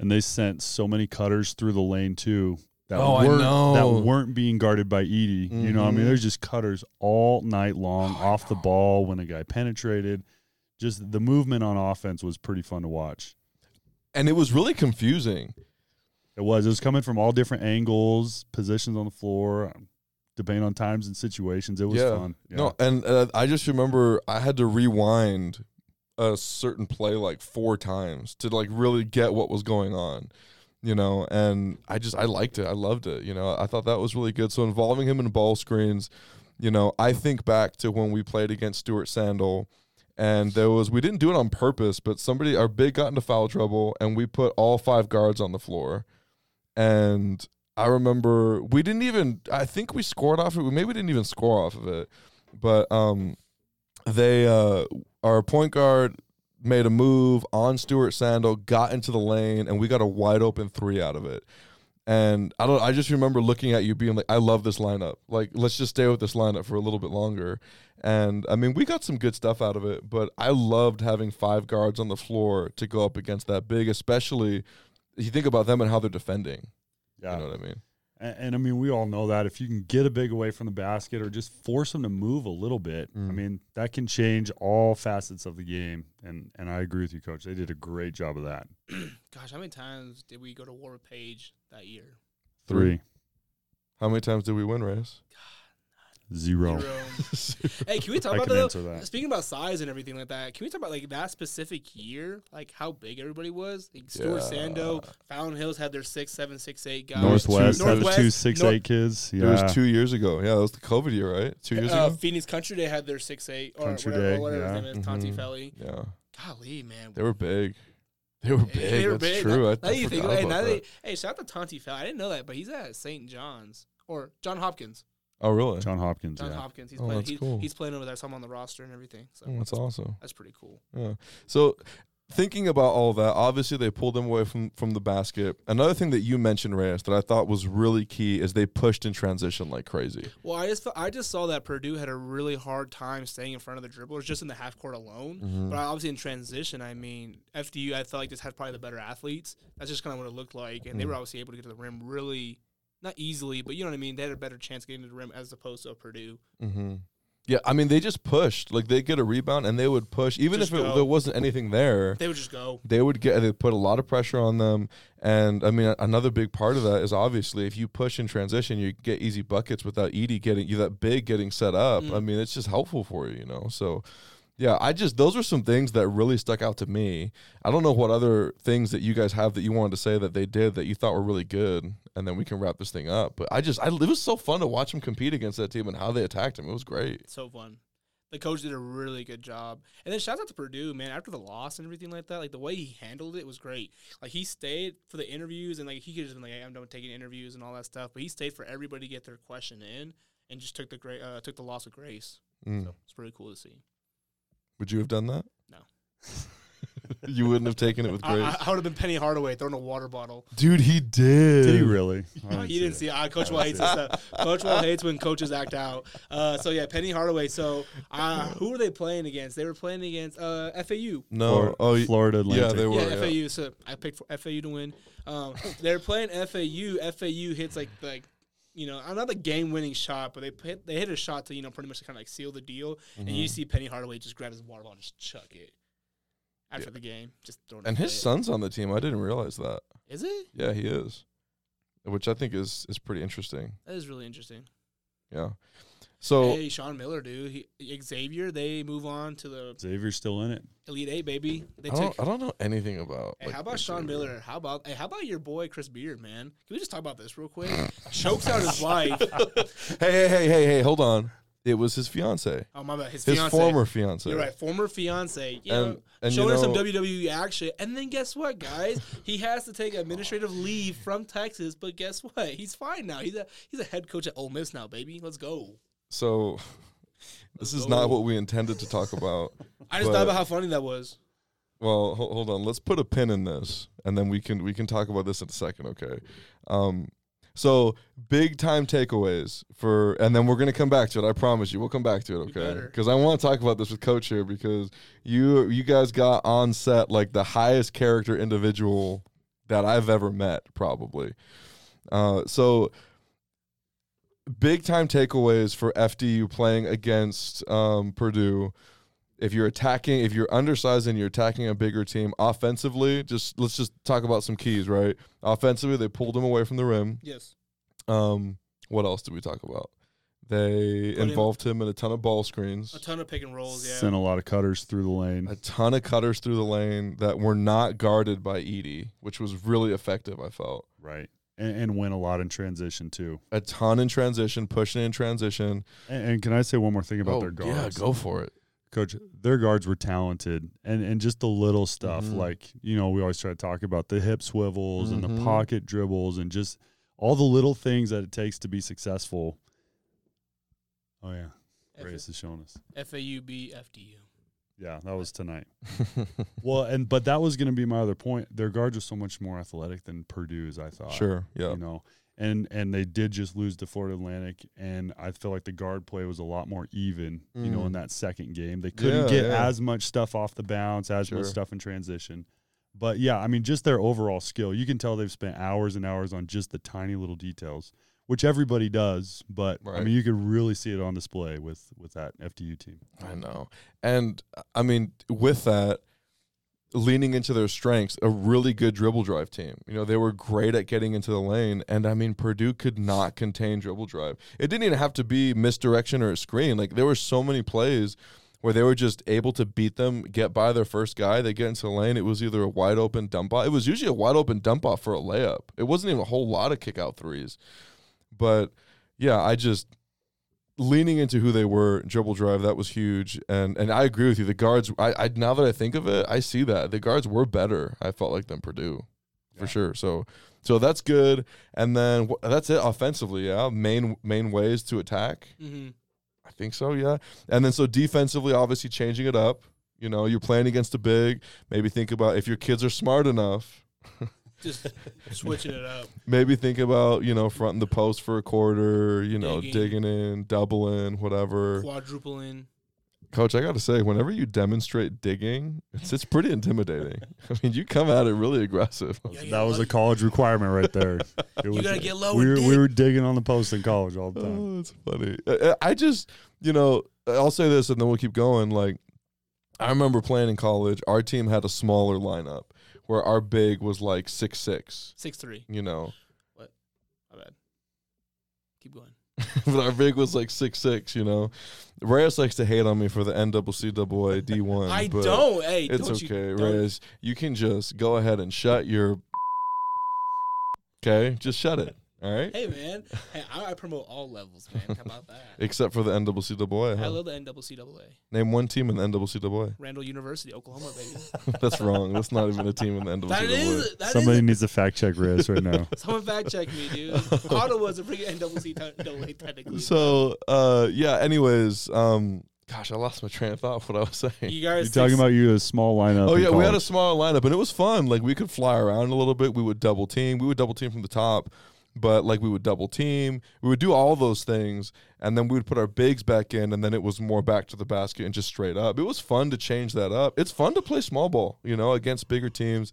C: And they sent so many cutters through the lane too. That
A: Oh, I
C: weren't,
A: know.
C: That weren't being guarded by Edie. You know, what I
A: Mhm.
C: mean, there's just cutters all night long
A: Oh, I
C: off the ball when a guy penetrated. Just the movement on offense was pretty fun to watch.
A: and it was really confusing.
C: It was. It was coming from all different angles, positions on the floor, depending on times and situations. It was
A: Yeah.
C: fun. Yeah.
A: No, and uh, I just remember I had to rewind a certain play like four times to like really get what was going on, you know. And I just I liked it. I loved it. You know, I thought that was really good. So involving him in ball screens, you know, I think back to when we played against Stuart Sandel. And there was, we didn't do it on purpose, but somebody, our big got into foul trouble and we put all five guards on the floor. And I remember we didn't even, I think we scored off it. We maybe didn't even score off of it but um, they uh, our point guard made a move on Stuart Sandel, got into the lane, and we got a wide open three out of it. And I don't. I just remember looking at you, being like, "I love this lineup. Like, let's just stay with this lineup for a little bit longer." And I mean, we got some good stuff out of it, but I loved having five guards on the floor to go up against that big, especially if you think about them and how they're defending.
C: Yeah.
A: You know what I mean?
C: And, and I mean, we all know that if you can get a big away from the basket or just force them to move a little bit, I
A: Mm.
C: mean, that can change all facets of the game. And and I agree with you, coach. They did a great job of that.
B: Gosh, how many times did we go to war with Page that year?
C: Three
A: How many times did we win, Reyes?
C: zero.
B: Zero. hey, can we talk
C: I
B: about
C: can
B: that?
C: answer
B: though?
C: that.
B: Speaking about size and everything like that, can we talk about like that specific year, like how big everybody was? Like Stuart
A: Yeah.
B: Sando, Fallon Hills had their six, seven, six, eight guys.
C: Northwest,
A: two-
C: had the two
B: Northwest,
C: six
B: Nor-
C: eight kids. Yeah.
A: It was two years ago. Yeah, that was the COVID year, right? Two years
B: uh,
A: ago.
B: Phoenix Country Day had their six, eight, or
C: Country
B: whatever,
C: Day,
B: whatever
C: yeah.
B: his name is, Tonti
A: Mhm.
B: Felly.
A: Yeah,
B: Golly, man.
A: they were big. They were big.
B: They were
A: That's
B: big.
A: true.
B: Now,
A: I,
B: now
A: I
B: you think,
A: forgot
B: hey,
A: about
B: now
A: that.
B: they, hey, shout out to Tonti Felly. I didn't know that, but he's at St. John's or John Hopkins.
A: Oh, really?
C: John Hopkins.
B: John
C: yeah.
B: Hopkins. He's
A: Oh,
B: playing.
A: that's
B: He's,
A: cool.
B: he's playing over there. So I'm on the roster and everything. So
A: Oh, that's awesome.
B: that's pretty cool.
A: Yeah. So thinking about all that, obviously they pulled them away from from the basket. Another thing that you mentioned, Reyes, that I thought was really key is they pushed in transition like crazy.
B: Well, I just fe- I just saw that Purdue had a really hard time staying in front of the dribblers just in the half court alone. But obviously in transition, I mean FDU, I felt like just had probably the better athletes. That's just kind of what it looked like, and they were obviously able to get to the rim really not easily, but you know what I mean. They had a better chance getting to the rim as opposed to Purdue.
A: Mm-hmm. Yeah, I mean they just pushed. Like they get a rebound and they would push, even
B: Just
A: if it,
B: go.
A: there wasn't anything there.
B: They would just go.
A: they would get they put a lot of pressure on them and i mean a- another big part of that is obviously if you push in transition you get easy buckets without edie getting you that big getting set up
B: Mm.
A: i mean it's just helpful for you you know so yeah i just those are some things that really stuck out to me i don't know what other things that you guys have that you wanted to say that they did that you thought were really good and then we can wrap this thing up but i just I, it was so fun to watch them compete against that team and how they attacked him it was great
B: So fun. The coach did a really good job. And then shout out to Purdue, man, after the loss and everything like that, like the way he handled it was great. Like he stayed for the interviews and like he could just been like, hey, I'm done taking interviews and all that stuff, but he stayed for everybody to get their question in and just took the great uh, took the loss with grace.
A: Mm.
B: So it's pretty cool to see.
A: would you have done that
B: No.
A: you wouldn't have taken it with
B: I,
A: grace
B: I, would have been Penny Hardaway throwing a water bottle.
A: dude he did
C: Did he really? I
B: you didn't see. Uh, Coach Wall hates this stuff. Coach Wall hates when coaches act out. Uh, so yeah, Penny Hardaway. So uh, who were they playing against? They were playing against uh, FAU.
A: No.
C: Flor-
A: oh, y-
C: Florida Atlantic.
A: yeah, they were.
B: yeah,
A: yeah.
B: FAU. So I picked for FAU to win. Um, they're playing FAU. FAU hits like like you know not the game winning shot, but they hit, they hit a shot to you know pretty much kind of like seal the deal. And
A: Mm-hmm.
B: you see Penny Hardaway just grab his water bottle and just chuck it after the game, just throwing.
A: And his son's on the team. I didn't realize that.
B: is it?
A: Yeah, he is. which I think is is pretty interesting.
B: That is really interesting.
A: Yeah. So
B: hey, Sean Miller, dude. He, Xavier, they move on to the
C: Xavier's still in it.
B: Elite Eight, baby. They
A: I don't,
B: took.
A: I don't know anything about.
B: Hey,
A: like,
B: how about
A: this
B: Sean
A: year.
B: Miller? How about hey, how about your boy Chris Beard, man? Can we just talk about this real quick? Chokes out his wife.
A: Hey, hey, hey, hey, hey! Hold on. It was his fiance,
B: Oh my bad, his,
A: his
B: fiance.
A: former fiance.
B: You're right, former fiance. You
A: And-
B: know,
A: and you
B: showing her
A: know-
B: some WWE action, and then guess what, guys? he has to take administrative leave from Texas, but guess what? He's fine now. He's a he's a head coach at Ole Miss now, baby. Let's go.
A: So, this is not what we intended to talk about.
B: I just
A: But-
B: thought about how funny that was.
A: Well, ho- hold on. Let's put a pin in this, and then we can we can talk about this in a second. Okay. Um, so big time takeaways for, and then we're gonna come back to it. I promise you, we'll come back to it. Okay.
B: better.
A: Because I want to talk about this with Coach here because you you guys got on set like the highest character individual that I've ever met, probably. Uh, so big time takeaways for FDU playing against um, Purdue if you're attacking, if you're undersized and you're attacking a bigger team offensively, just let's just talk about some keys, right? Offensively, they pulled him away from the rim.
B: Yes.
A: Um, what else did we talk about? They
B: him-
A: involved him in a ton of ball screens,
B: A ton of pick and rolls, yeah.
C: Sent a lot of cutters through the lane.
A: a ton of cutters through the lane that were not guarded by Edie, which was really effective. I felt
C: Right. And, and win a lot in transition too.
A: a ton in transition, pushing in transition.
C: And, and can I say one more thing about
A: Oh,
C: their
A: yeah,
C: guards?
A: go for it.
C: Coach, their guards were talented, and and just the little stuff
A: Mhm.
C: like you know we always try to talk about the hip swivels and
A: Mhm.
C: the pocket dribbles and just all the little things that it takes to be successful. Oh yeah, Grace is showing us.
B: FAU B FDU.
C: Yeah, that was tonight. Well, and but that was going to be my other point. Their guards are so much more athletic than Purdue's. I thought.
A: sure. Yeah.
C: you know and and they did just lose to florida atlantic and i feel like the guard play was a lot more even you know
A: Mm.
C: in that second game they couldn't
A: Yeah,
C: get
A: yeah.
C: as much stuff off the bounce as
A: Sure.
C: much stuff in transition but yeah i mean just their overall skill you can tell they've spent hours and hours on just the tiny little details which everybody does but i
A: Right.
C: mean you could really see it on display with with that fdu team
A: I know. And I mean, with that, leaning into their strengths, a really good dribble drive team. You know, they were great at getting into the lane. And I mean, Purdue could not contain dribble drive. It didn't even have to be misdirection or a screen. Like, there were so many plays where they were just able to beat them, get by their first guy, they get into the lane. It was either a wide open dump off. It was usually a wide open dump off for a layup. It wasn't even a whole lot of kick out threes. But yeah, I just leaning into who they were, dribble drive, that was huge. And and I agree with you. The guards I, I now that I think of it, I see that. The guards were better, I felt like than Purdue. For
C: Yeah.
A: sure. So so that's good. And then wh- that's it offensively, yeah. Main main ways to attack.
B: Mm-hmm.
A: I think so, yeah. And then so defensively, obviously changing it up. You know, you're playing against a big. Maybe think about if your kids are smart enough.
B: Just switching it up.
A: Maybe think about you know fronting the post for a quarter. You know,
B: Digging.
A: digging in, doubling, whatever.
B: Quadrupling.
A: Coach, I got to say, whenever you demonstrate digging, it's it's pretty intimidating. I mean, you come at it really aggressive.
B: Yeah,
C: that
B: yeah,
C: was a
B: like-
C: college requirement right there It was-
B: gotta get low
C: we
B: and
C: were, we
B: dig.
C: were digging on the post in college all the time
A: Oh, that's funny. I- I I just, you know, I'll say this and then we'll keep going. Like, I remember playing in college, our team had a smaller lineup where our big was like six six.
B: Six three.
A: You know,
B: My bad. Keep going.
A: but our big was like six six. You know, Reyes likes to hate on me for the NCAA D one.
B: I don't. Hey,
A: Um, It's
B: don't
A: okay,
B: you, don't-
A: Reyes. You can just go ahead and shut your. Okay, just shut it. All right,
B: Hey man, hey, I, I promote all levels, man. How about that?
A: except for the NCAA.
B: I
A: Huh?
B: love the NCAA.
A: Name one team in the NCAA.
B: Randall University, Oklahoma, baby.
A: That's wrong. That's not even a team in the NCAA.
B: that is that is-
C: somebody needs to fact check Riz right now
B: Someone fact check me, dude. Ottawa's a freaking NCAA technically.
A: So, uh, yeah. Anyways, um, gosh, I lost my train of thought. What I was saying.
B: you guys
C: You're talking about you a small lineup.
A: Oh
C: in
A: yeah, we had a
C: college.
A: small lineup and it was fun. Like we could fly around a little bit. We would double team. We would double team from the top, but like we would double team. We would do all those things, and then we would put our bigs back in, and then it was more back to the basket and just straight up. It was fun to change that up. It's fun to play small ball, you know, against bigger teams.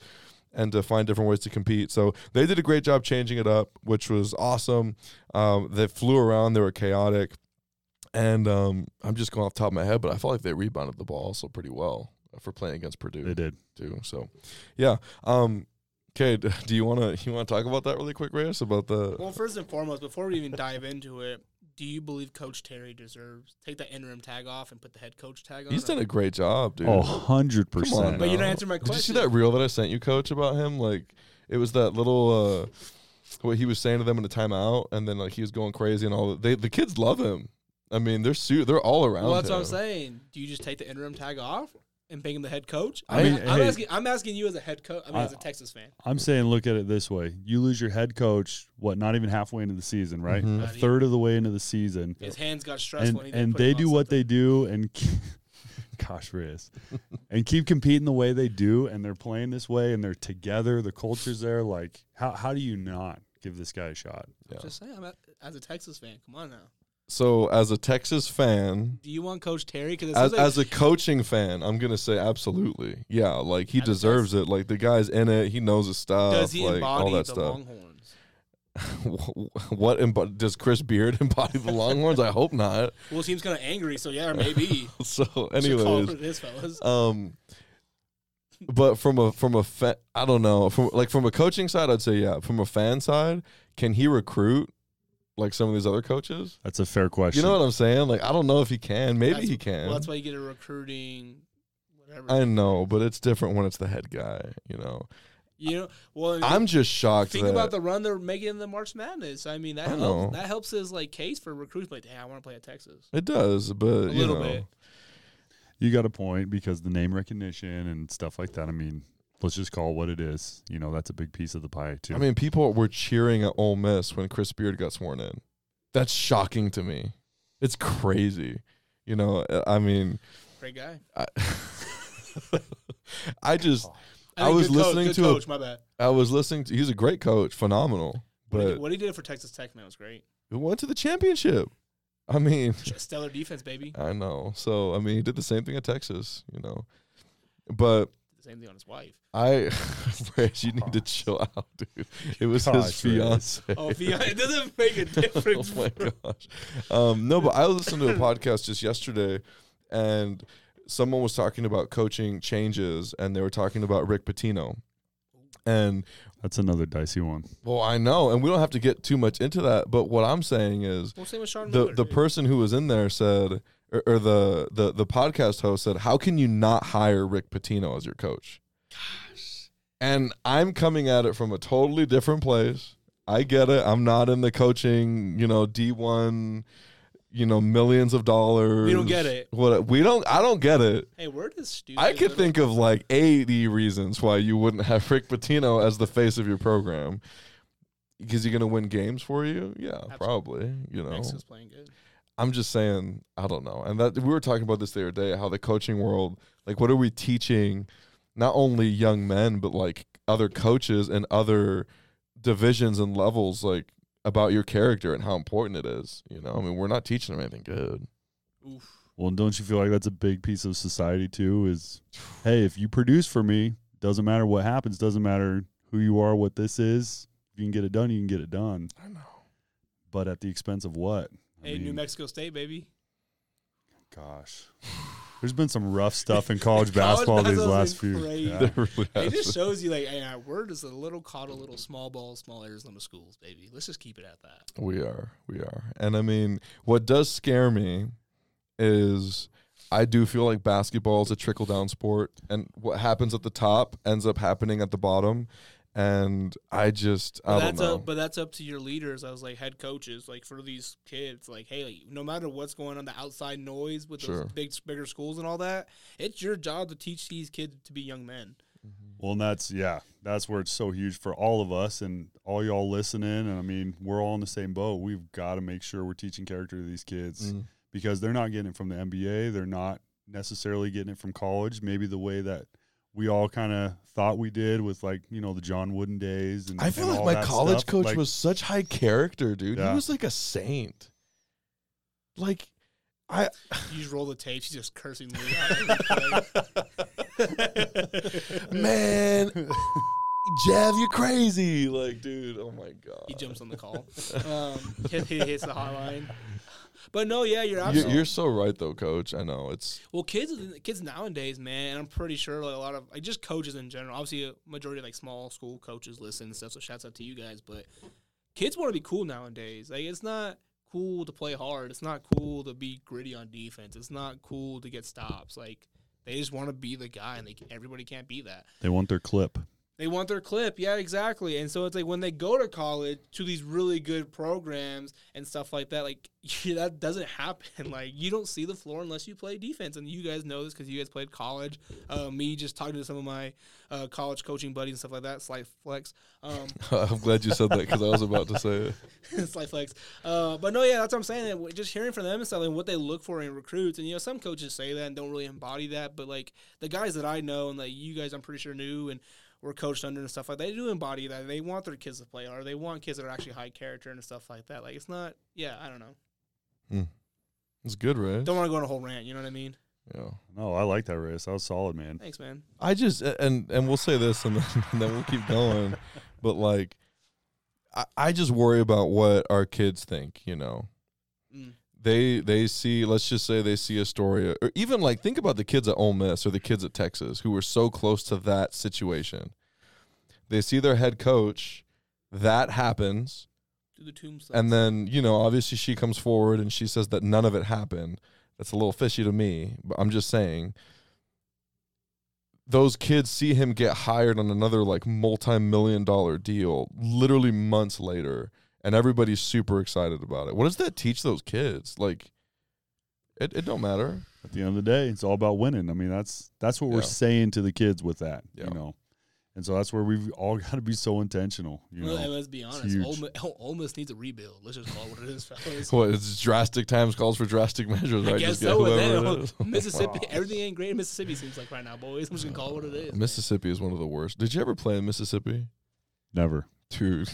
A: And to find different ways to compete, so they did a great job changing it up, which was awesome. Um, they flew around; they were chaotic, and um, I'm just going off the top of my head, but I felt like they rebounded the ball also pretty well for playing against Purdue
C: They did.
A: too. So, yeah. Um, Okay, d- do you want to you want to talk about that really quick, Reyes? About the
B: Well, first and foremost, before we even dive into it, do you believe Coach Terry deserves take the interim tag off and put the head coach tag on?
A: he's
B: or-
A: done a great job, dude.
C: Oh, 100%.
A: Come on,
B: But you
A: no.
B: didn't answer my
A: Did you see
B: question.
A: that reel that I sent you, Coach, about him? Like it was that little uh what he was saying to them in the timeout, and then like he was going crazy and all. that. They the kids love him. I mean, they're su- they're all around.
B: Well, that's what I'm
A: him.
B: saying. Do you just take the interim tag off and make him the head coach?
C: I
B: I
C: mean,
B: mean, I'm
C: hey.
B: asking. I'm asking you as a head coach. I mean,
C: I-
B: as a Texas fan.
C: I'm saying look at it this way. You lose your head coach, what, not even halfway into the season, right?
A: Mhm.
C: A third of the way into the season.
B: His hands got stressed
C: and
B: when he didn't
C: and
B: put
C: they
B: him on
C: do what
B: something.
C: they do and ke- gosh Reyes. and keep competing the way they do and they're playing this way and they're together the culture's there like how, how do you not give this guy a shot
A: Yeah.
B: Just saying, I'm a, as a Texas fan. Come on now.
A: So as a Texas fan,
B: Do you want Coach Terry? Because
A: as, as a coaching fan, I'm gonna say absolutely, yeah. Like he
B: As a
A: deserves it. Like the guy's in it. He knows his stuff.
B: does he
A: like all
B: embody the
A: that stuff.
B: Longhorns?
A: what embo- does Chris Beard embody the Longhorns? I hope not.
B: Well, seems kind of angry, so yeah, maybe.
A: So,
B: Should call
A: anyways,
B: it this, fellas.
A: um but from a from a fa- I don't know from like from a coaching side I'd say yeah from a fan side can he recruit like some of these other coaches
C: that's a fair question
A: you know what I'm saying like I don't know if he can maybe
B: That's-
A: he can
B: Well, that's why you get a recruiting, whatever.
A: I know but it's different when it's the head guy you know
B: you know, well,
A: I'm just shocked
B: think
A: that
B: about the run they're making in the March Madness. I mean, that
A: I know.
B: helps, that helps his like case for recruits. Like, hey, I want to play at Texas.
A: it does but
B: A
A: you
B: little
A: know
B: bit.
C: you got a point because the name recognition and stuff like that i mean let's just call it what it is you know that's a big piece of the pie too
A: I mean people were cheering at Ole Miss when Chris Beard got sworn in that's shocking to me it's crazy you know I mean
B: Great guy.
A: I, I just I
B: think
A: was
B: good coach,
A: listening
B: good
A: to a-
B: coach. my bad.
A: I was listening to he's a great coach, phenomenal.
B: What he,
A: But
B: did, what he did for Texas Tech man was great.
A: we went to the championship. I mean,
B: Stellar defense, baby.
A: I know. So I mean, he did the same thing at Texas, you know. But
B: Same thing on his wife.
A: I, Rich, you need to chill out, dude. It was his
C: Gosh, Rich.
A: fiance.
B: Oh, yeah, it doesn't make a
A: oh
B: difference.
A: my gosh. Um, no, but I listened to a podcast just yesterday, and someone was talking about coaching changes, and they were talking about Rick Pitino, and
C: that's another dicey one
A: Well, I know, and we don't have to get too much into that. But what I'm saying is,
B: Well, same with Sean
A: the
B: Miller,
A: the
B: dude.
A: person who was in there said, or, or the, the the podcast host said, "How can you not hire Rick Pitino as your coach?" And I'm coming at it from a totally different place. I get it. I'm not in the coaching, you know, D1, you know, millions of dollars.
B: We don't get it.
A: What we don't, I don't get it.
B: Hey, where does stupid?
A: I could think of like 80 reasons why you wouldn't have Rick Pitino as the face of your program. Because you're going to win games for you? Yeah, probably. You know,
B: Texas playing good.
A: I'm just saying, I don't know. And that we were talking about this the other day how the coaching world, like, what are we teaching not only young men, but like other coaches and other divisions and levels, like, about your character and how important it is. You know, I mean, we're not teaching them anything good.
B: Oof.
C: well don't you feel like that's a big piece of society too is hey if you produce for me doesn't matter what happens doesn't matter who you are what this is if you can get it done you can get it done
A: I know.
C: but at the expense of what I
B: Hey, New
C: mean,
B: Mexico State, baby.
C: Gosh, there's been some rough stuff in college
B: College
C: basketball these
B: basketball's
C: last
B: been
C: few.
B: crazy.
C: Yeah.
B: It just shows you, like, hey, uh, we're just a little caught, a little small ball, small Arizona schools, baby. Let's just keep it at that.
A: We are. We are. And I mean, what does scare me is I do feel like basketball is a trickle down sport, and what happens at the top ends up happening at the bottom. And I just, I
B: But
A: don't
B: that's
A: know.
B: up, but that's up to your leaders. I was like head coaches, like for these kids, like hey, like, no matter what's going on, the outside noise with
A: Sure.
B: those big, bigger schools and all that, it's your job to teach these kids to be young men.
C: Well, and that's yeah, that's where it's so huge for all of us and all y'all listening. And I mean, we're all in the same boat. We've got to make sure we're teaching character to these kids
A: Mm.
C: because they're not getting it from the NBA. They're not necessarily getting it from college. Maybe the way that we all kind of thought we did with like you know the John Wooden days. And
A: I feel
C: and
A: like
C: all
A: my
C: that
A: college
C: stuff.
A: coach
C: Like,
A: was such high character, dude.
C: Yeah.
A: He was like a saint. Like, I,
B: You just roll the tape. She's just cursing. Lee out.
A: man, Jeff, you're crazy. Like, dude, oh my God.
B: he jumps on the call. Um, he, he hits the hotline. But no, yeah, you're
A: You're,
B: absolutely
A: you're so right though, Coach. I know it's
B: well. Kids, kids nowadays, man, and I'm pretty sure like a lot of like just coaches in general. Obviously, a majority of like small school coaches listen and stuff. So shouts out to you guys. But kids want to be cool nowadays. Like it's not cool to play hard. It's not cool to be gritty on defense. It's not cool to get stops. Like they just want to be the guy, and they, everybody can't be that.
C: They want their clip.
B: They want their clip. Yeah, exactly. And so it's like when they go to college to these really good programs and stuff like that, like that doesn't happen. Like you don't see the floor unless you play defense. And you guys know this because you guys played college. Uh, me just talking to some of my uh, college coaching buddies and stuff like that, slight flex. Um,
A: I'm glad you said that because I was about to say it.
B: slight flex. Uh, but no, yeah, that's what I'm saying. and Just hearing from them and stuff, and what they look for in recruits, and you know, some coaches say that and don't really embody that. But like the guys that I know, and like you guys, I'm pretty sure knew and were coached under and stuff like that, they do embody that. They want their kids to play hard. They want kids that are actually high character and stuff like that. Like it's not, yeah, I don't know.
A: It's good, right?
B: Don't want to go on a whole rant. You know what I mean?
A: yeah.
C: No, I like that race. That was solid, man.
B: Thanks, man.
A: I just a- and and we'll say this and then, and then we'll keep going, but like, I, I just worry about what our kids think. You know,
B: Mm.
A: they they see. Let's just say they see a story, or even like think about the kids at Ole Miss or the kids at Texas who were so close to that situation. They see their head coach. That happens.
B: Do the tombstone.
A: And then, you know, obviously she comes forward and she says that none of it happened. That's a little fishy to me, but I'm just saying those kids see him get hired on another like multi-million dollar deal literally months later and everybody's super excited about it. What does that teach those kids? Like it it don't matter.
C: At the end of the day, it's all about winning. I mean, that's that's what we're
A: Yeah.
C: saying to the kids with that,
A: Yeah.
C: you know. And so that's where we've all got to be so intentional, you
B: Well,
C: know.
B: let's be honest.
C: huge.
B: Ole, Mi- Ole Miss needs a rebuild. Let's just call it what it is, fellas.
A: What it's drastic times calls for drastic measures,
B: I
A: right?
B: guess
A: Just get
B: so. With
A: whoever it
B: them.
A: is.
B: Mississippi, everything ain't great in Mississippi seems like right now, boys. I'm just gonna call it what it is. man.
A: Mississippi is one of the worst. Did you ever play in Mississippi?
C: Never.
A: Dude.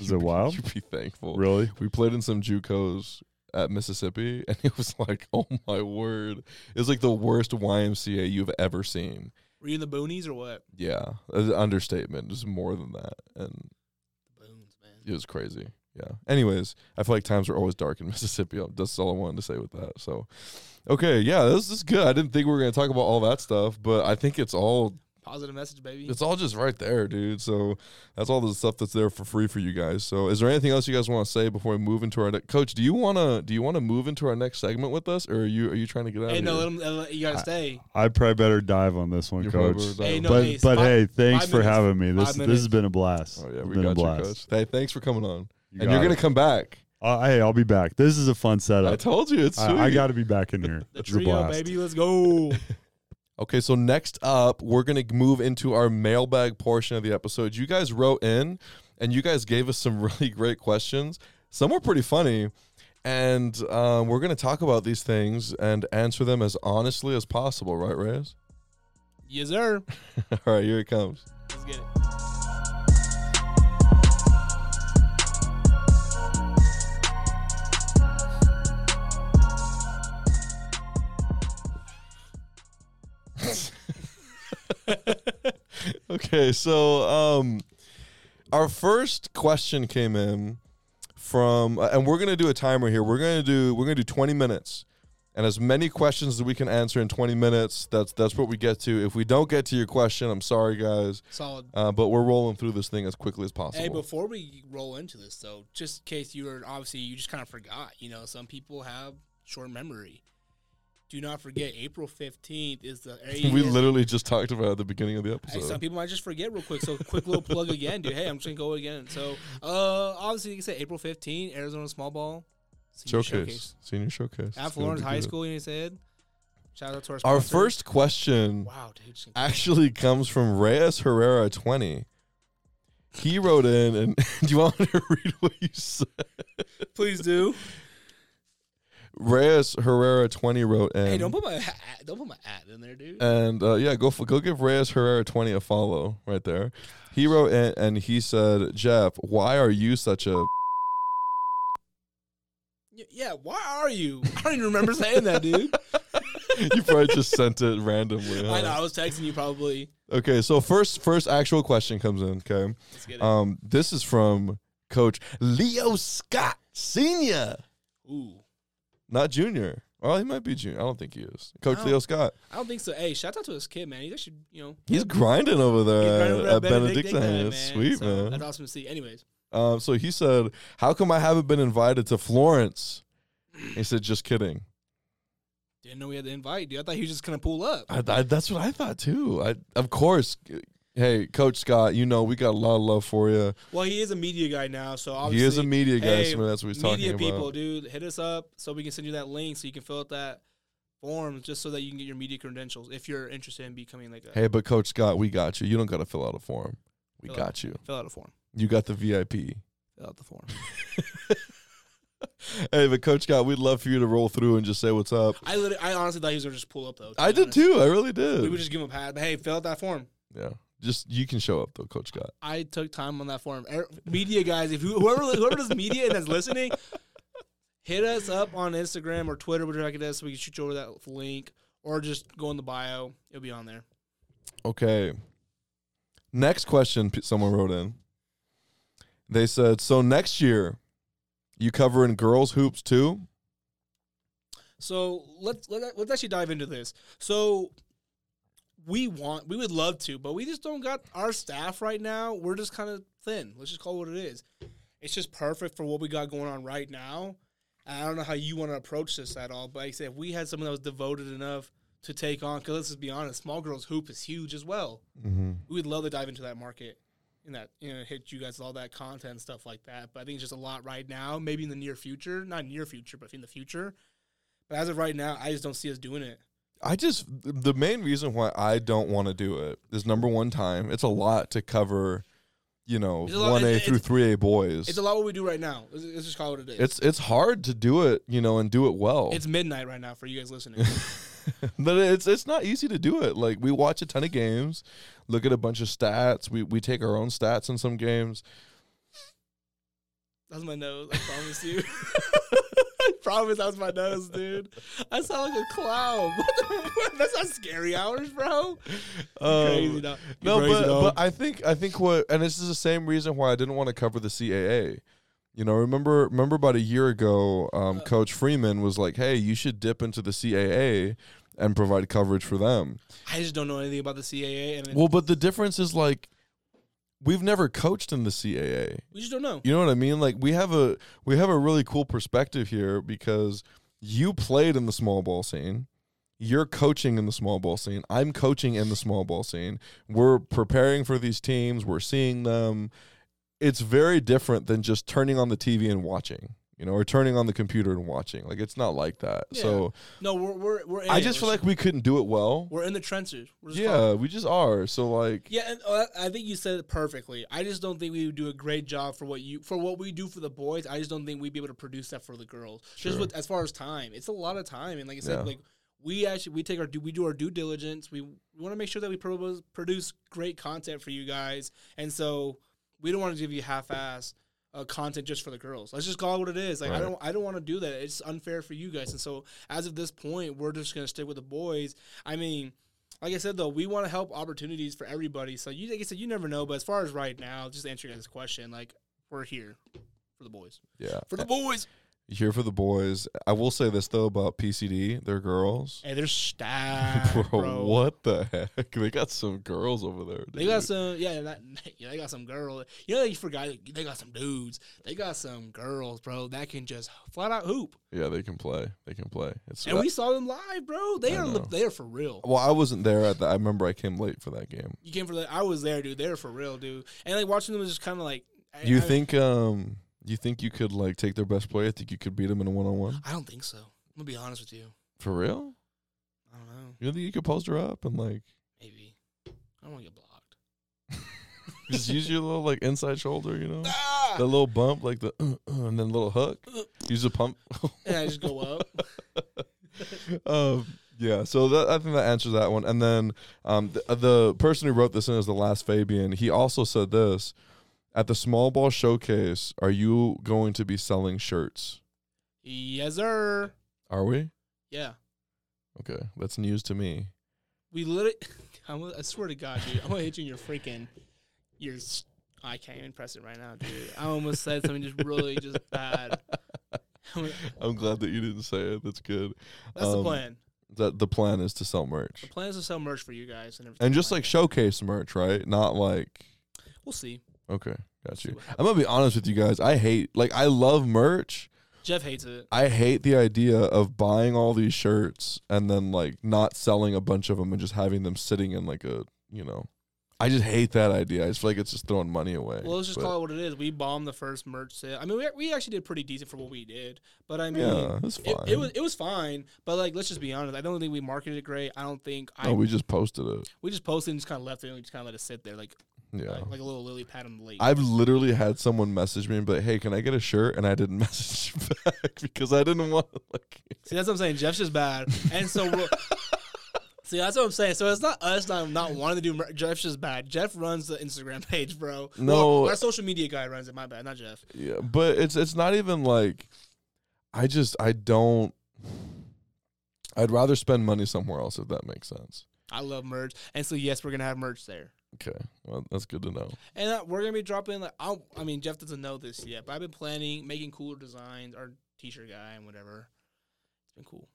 C: Is
A: you'd
C: it
A: be-
C: wild?
A: You'd be thankful.
C: Really?
A: we played in some JUCOs at Mississippi, and it was like, oh my word, it's like the worst YMCA you've ever seen.
B: Were you in the boonies or what?
A: Yeah, that's an understatement. It's more than that, and
B: The boons, man.
A: it was crazy. Yeah. Anyways, I feel like times are always dark in Mississippi. That's all I wanted to say with that. So, okay, yeah, this is good. I didn't think we were gonna talk about all that stuff, but I think it's all
B: Positive message, baby.
A: it's all just right there, dude. So that's all the stuff that's there for free for you guys. So is there anything else you guys want to say before we move into our ne- coach? Do you wanna do you wanna move into our next segment with us, or are you are you trying to get out?
B: hey,
A: of
B: no, let
A: here?
B: 'em- uh, let- you gotta
C: I-
B: stay.
C: I probably better dive on this one,
A: You probably
C: coach.
A: were-
B: Hey, no,
C: but
B: hey,
C: but
B: five-
C: hey, thanks
B: five
C: for
B: minutes.
C: having me. This
B: Five
C: this
B: minutes.
C: has been a blast.
A: Oh yeah,
C: It's
A: we
C: been
A: got
C: a
A: you,
C: blast.
A: coach. Hey, thanks for coming on, and
C: You got
A: you're gonna
C: it.
A: come back.
C: Uh, hey, I'll be back. This is a
A: I
C: fun setup.
A: told you, it's
C: I,
A: sweet.
C: I got to be back in here.
B: The
C: It's a
B: trio,
C: blast.
B: baby. Let's go.
A: Okay, so next up, we're going to move into our mailbag portion of the episode. You guys wrote in and you guys gave us some really great questions. Some were pretty funny. And um, we're going to talk about these things and answer them as honestly as possible, right, Reyes?
B: yes, sir.
A: All right, here it comes.
B: Let's get it.
A: Okay, so um, our first question came in from, uh, and we're gonna do a timer here. We're gonna do we're gonna do twenty minutes, and as many questions as we can answer in twenty minutes. That's that's what we get to. If we don't get to your question, I'm sorry, guys,
B: Solid.
A: uh, but we're rolling through this thing as quickly as possible.
B: Hey, before we roll into this, though, just in case you were obviously you just kind of forgot, you know, some people have short memory. Do not forget, April 15th is the.
A: we literally just talked about it at the beginning of the
B: Hey, some
A: episode.
B: people might just forget real quick. So quick little plug again, dude. Hey, I'm just gonna go again. So uh obviously you can say April 15, Arizona small ball senior
A: Showcase. senior showcase
B: at
A: It's gonna
B: Florence
A: be
B: High
A: good.
B: School. You said. Shout out to our
A: Our
B: sponsor.
A: first question.
B: Wow, dude. just-
A: actually comes from Reyes Herrera 20. He wrote in, and do you want me to read what you said?
B: Please do.
A: Reyes Herrera 20 wrote in.
B: Hey, don't put my at- don't put my at in there, dude.
A: and uh, yeah, go f- go give Reyes Herrera 20 a follow right there. He wrote in, and he said, Jeff, why are you such a.
B: Y- yeah, why are you? I don't even remember saying that, dude.
A: you probably just sent it randomly. huh?
B: I know I was texting you probably.
A: Okay, so first first actual question comes in, okay?
B: Let's get it.
A: Um, this is from Coach Leo Scott Sr.
B: Ooh,
A: Not junior. Well, he might be junior. I don't think he is. Coach
B: No.
A: Leo Scott.
B: I don't think so. Hey, shout out to this kid, man. He's actually, you know,
A: He's grinding over there
B: he's right over
A: at,
B: at Benedict
A: Benedictine.
B: Dickinson,
A: That's Sweet,
B: So,
A: man.
B: That's awesome to see. Anyways,
A: Um, so he said, "How come I haven't been invited to Florence?" He said, "Just kidding."
B: didn't know we had the invite, dude. I thought he was just gonna pull up.
A: I, I, that's what I thought too. I, of course, hey, Coach Scott, you know we got a lot of love for you.
B: Well, he is a media guy now, so obviously
A: He is a media guy,
B: Hey,
A: so that's what he's
B: media
A: talking
B: people,
A: about.
B: dude, hit us up so we can send you that link so you can fill out that form just so that you can get your media credentials if you're interested in becoming like a
A: Hey, but Coach Scott, we got you. You don't got to fill out a form. We
B: Fill out-
A: got you.
B: fill out a form.
A: You got the VIP.
B: Fill out the form.
A: Hey, but Coach Scott, we'd love for you to roll through and just say what's up.
B: I literally, I honestly thought he was gonna just pull up though. to
A: I
B: be
A: did
B: honest.
A: too. I really
B: We would
A: did.
B: just give him a pat. But hey, fill out that form.
A: Yeah, just you can show up though, Coach Scott.
B: I took time on that form. Er- Media guys, if you, whoever whoever does media and is listening, hit us up on Instagram or Twitter, whatever it is, so we can shoot you over that link, or just go in the bio. It'll be on there.
A: Okay. Next question p- someone wrote in. They said, "So next year, you covering girls hoops too?"
B: So let's let, let's actually dive into this. So we want we would love to, but we just don't got our staff right now. We're just kind of thin. Let's just call it what it is. It's just perfect for what we got going on right now. And I don't know how you want to approach this at all, but like I said if we had someone that was devoted enough to take on, because let's just be honest, small girls hoop is huge as well.
A: Mm-hmm.
B: We would love to dive into that market and that you know hit you guys with all that content and stuff like that. But I think it's just a lot right now. Maybe in the near future, not near future, but in the future. But as of right now, I just don't see us doing it.
A: I just the main reason why I don't want to do it is number one time. It's a lot to cover, you know,
B: It's a lot-
A: one A
B: it's-
A: through
B: it's-
A: three A boys.
B: It's a lot what we do right now. Let's, let's just call it what it is.
A: it's it's hard to do it, you know, and do it well.
B: It's midnight right now for you guys listening.
A: but it's it's not easy to do it. Like we watch a ton of games, look at a bunch of stats. We we take our own stats in some games.
B: That's my nose. I promise you. I promise that was my nose, dude. I sound like a clown. What the- That's not scary hours, bro. Crazy
A: Um,
B: dog. You
A: No,
B: crazy
A: but,
B: dog.
A: but I think I think what and this is the same reason why I didn't want to cover the CAA. You know, remember remember about a year ago, um,
B: Uh.
A: Coach Freeman was like, "Hey, you should dip into the CAA and provide coverage for them."
B: I just don't know anything about the CAA, and
A: Well, but the difference is like we've never coached in the CAA.
B: we just don't know.
A: You know what I mean? Like we have a we have a really cool perspective here because you played in the small ball scene. You're coaching in the small ball scene. I'm coaching in the small ball scene. We're preparing for these teams. We're seeing them. It's very different than just turning on the TV and watching, you know, or turning on the computer and watching. Like it's not like that.
B: Yeah.
A: So
B: No, we're we're, we're in
A: I
B: it.
A: just feel
B: We're
A: like we couldn't do it well.
B: We're in the trenches. We're just
A: Yeah,
B: following.
A: we just are. So like
B: Yeah, and uh, I think you said it perfectly. I just don't think we would do a great job for what you for what we do for the boys. I just don't think we'd be able to produce that for the girls.
A: Sure.
B: Just with, as far as time, it's a lot of time, and like I said,
A: Yeah.
B: like we actually we take our due we do our due diligence. We want to make sure that we pro- produce great content for you guys, and so we don't want to give you half ass uh, content just for the girls. Let's just call it what it is. Like
A: Right.
B: I don't I don't want to do that. It's unfair for you guys. And so as of this point, we're just gonna stick with the boys. I mean, like I said though, we want to help opportunities for everybody. So you like I said, you never know. But as far as right now, just to answer you guys' question, like we're here for the boys.
A: yeah.
B: For the boys.
A: Here for the boys. I will say this though about PCD, their girls.
B: Hey, they're stacked,
A: bro,
B: bro.
A: what the heck? They got some girls over there. Dude.
B: They got some, yeah, that, yeah. They got some girl. You know, you forgot. They got some dudes. They got some girls, bro. That can just flat out hoop.
A: yeah, they can play. They can play. It's
B: And we saw them live, bro. They
A: I
B: are
A: know.
B: they are for real.
A: well, I wasn't there at that. I remember I came late for that game.
B: You came for the. I was there, dude. They were for real, dude. And like watching them was just kind of like. I-
A: You
B: I-
A: think um you think you could like take their best player? Think you could beat them in a one on one?
B: I don't think so. I'm gonna be honest with you.
A: For real?
B: I don't know.
A: You don't think you could post her up and like
B: Maybe. I don't want to get blocked.
A: just use your little like inside shoulder, you know?
B: Ah!
A: The little bump, like the uh, uh, and then little hook. Use a pump.
B: and I just go up.
A: um, yeah, so that, I think that answers that one. And then um, the, the person who wrote this in is the last Fabian. He also said this at the small ball showcase. Are you going to be selling shirts?
B: yes, sir.
A: Are we?
B: Yeah.
A: Okay, that's news to me.
B: We literally. I'm, gonna- I swear to God, dude. I'm gonna hit you in your freaking. Your. s- I can't even press it right now, dude. I almost said something just really just bad.
A: I'm glad that you didn't say it. That's good.
B: That's
A: Um,
B: the plan.
A: That the plan is to sell
B: The
A: merch
B: plan is to sell merch for you guys and everything.
A: and just like
B: that.
A: showcase merch, right? Not like
B: we'll see.
A: okay, got
B: See
A: you.
B: what happens.
A: I'm gonna be honest with you guys. I hate like I love merch.
B: Jeff hates it.
A: I hate the idea of buying all these shirts and then like not selling a bunch of them and just having them sitting in like a you know. I just hate that idea. I just feel like it's just throwing money away.
B: Well, let's just
A: but-
B: call it what it is. We bombed the first merch sale. I mean, we, we actually did pretty decent for what we did, but I mean,
A: Yeah, it's fine.
B: it, it was it was fine. But like, let's just be honest. I don't think we marketed it great. I don't think I
A: no, we just posted it.
B: we just posted and just kind of left it and we just kind of let it sit there like
A: Yeah.
B: like, like a little lily pad on the lake.
A: I've literally had someone message me and be like, "Hey, can I get a shirt?" And I didn't message back because I didn't want to like.
B: see, that's what I'm saying. Jeff's just bad, and so we're, see, that's what I'm saying. So it's not us not not wanting to do. Mer- Jeff's just bad. Jeff runs the Instagram page, bro.
A: No.
B: Well, our social media guy runs it. My bad, not Jeff.
A: Yeah, but it's it's not even like, I just I don't. I'd rather spend money somewhere else if that makes sense.
B: I love merch, and so yes, we're gonna have merch there.
A: Okay, well that's good to know.
B: And uh, we're gonna be dropping. Like, I'll, I mean, Jeff doesn't know this yet, but I've been planning making cool designs. Our t-shirt guy and whatever. It's been cool.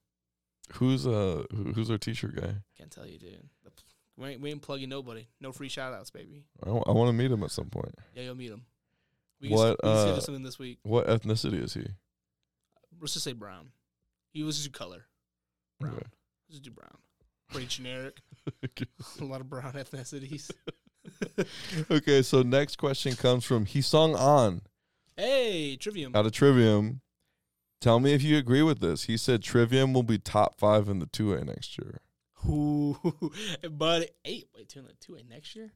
A: Who's uh who- who's our t-shirt guy?
B: Can't tell you, dude. The p- We ain't, we ain't plugging nobody. No free shout outs, baby.
A: I, want to meet him at some point.
B: Yeah, you'll meet him. We can,
A: What,
B: we can
A: uh,
B: schedule something this week.
A: What ethnicity is he?
B: Let's just say brown. He was just do color. Brown. Let's just do brown. Pretty generic.
A: Okay.
B: a lot of brown ethnicities.
A: okay, so next question comes from He Sung An.
B: hey, Trivium.
A: out of Trivium. Tell me if you agree with this. He said Trivium will be top five in the 2A next year.
B: Ooh, but eight. Wait, two, two eight next year.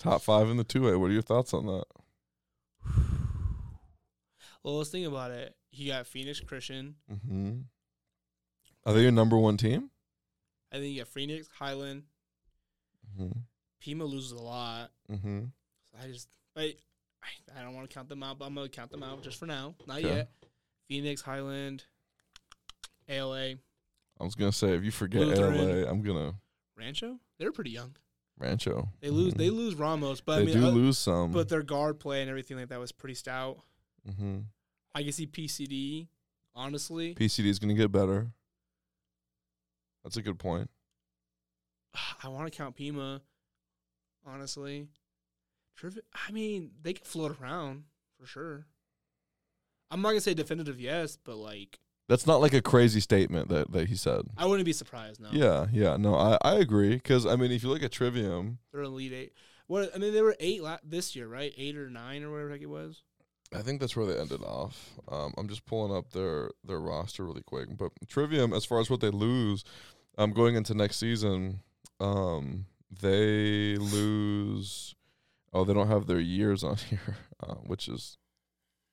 A: Top five in the 2A. What are your thoughts on that?
B: Well, let's think about it. He got Phoenix Christian.
A: Mm-hmm. Are they your number one team?
B: I think you got Phoenix, Highland.
A: Mm-hmm.
B: Pima loses a lot.
A: Mm-hmm.
B: So I just, I, I don't want to count them out, but I'm gonna count them out just for now. Not
A: Okay.
B: yet. Phoenix, Highland, ALA,
A: I was going to say, if you forget
B: Lutheran.
A: LA, I'm going to
B: Rancho. They're pretty young.
A: Rancho.
B: They lose.
A: Mhm.
B: They lose Ramos, but I
A: They
B: mean,
A: do
B: uh,
A: lose some.
B: but their guard play and everything like that was pretty stout.
A: mm-hmm.
B: I can see PCD. Honestly,
A: PCD is going to get better. That's a good point.
B: I want to count Pima. Honestly, Triv- I mean, they can float around for sure. I'm not gonna say definitive yes, but like
A: That's not like a crazy statement that, that he said.
B: I wouldn't be surprised. No,
A: Yeah, yeah. No, I, I agree. Because, I mean, if you look at Trivium,
B: they're an elite eight. What I mean, they were eight la- this year, right? Eight or nine or whatever the heck it was.
A: I think that's where they ended off. Um, I'm just pulling up their their roster really quick. But Trivium, as far as what they lose, um, going into next season, um, they lose. Oh, they don't have their years on here, uh, which is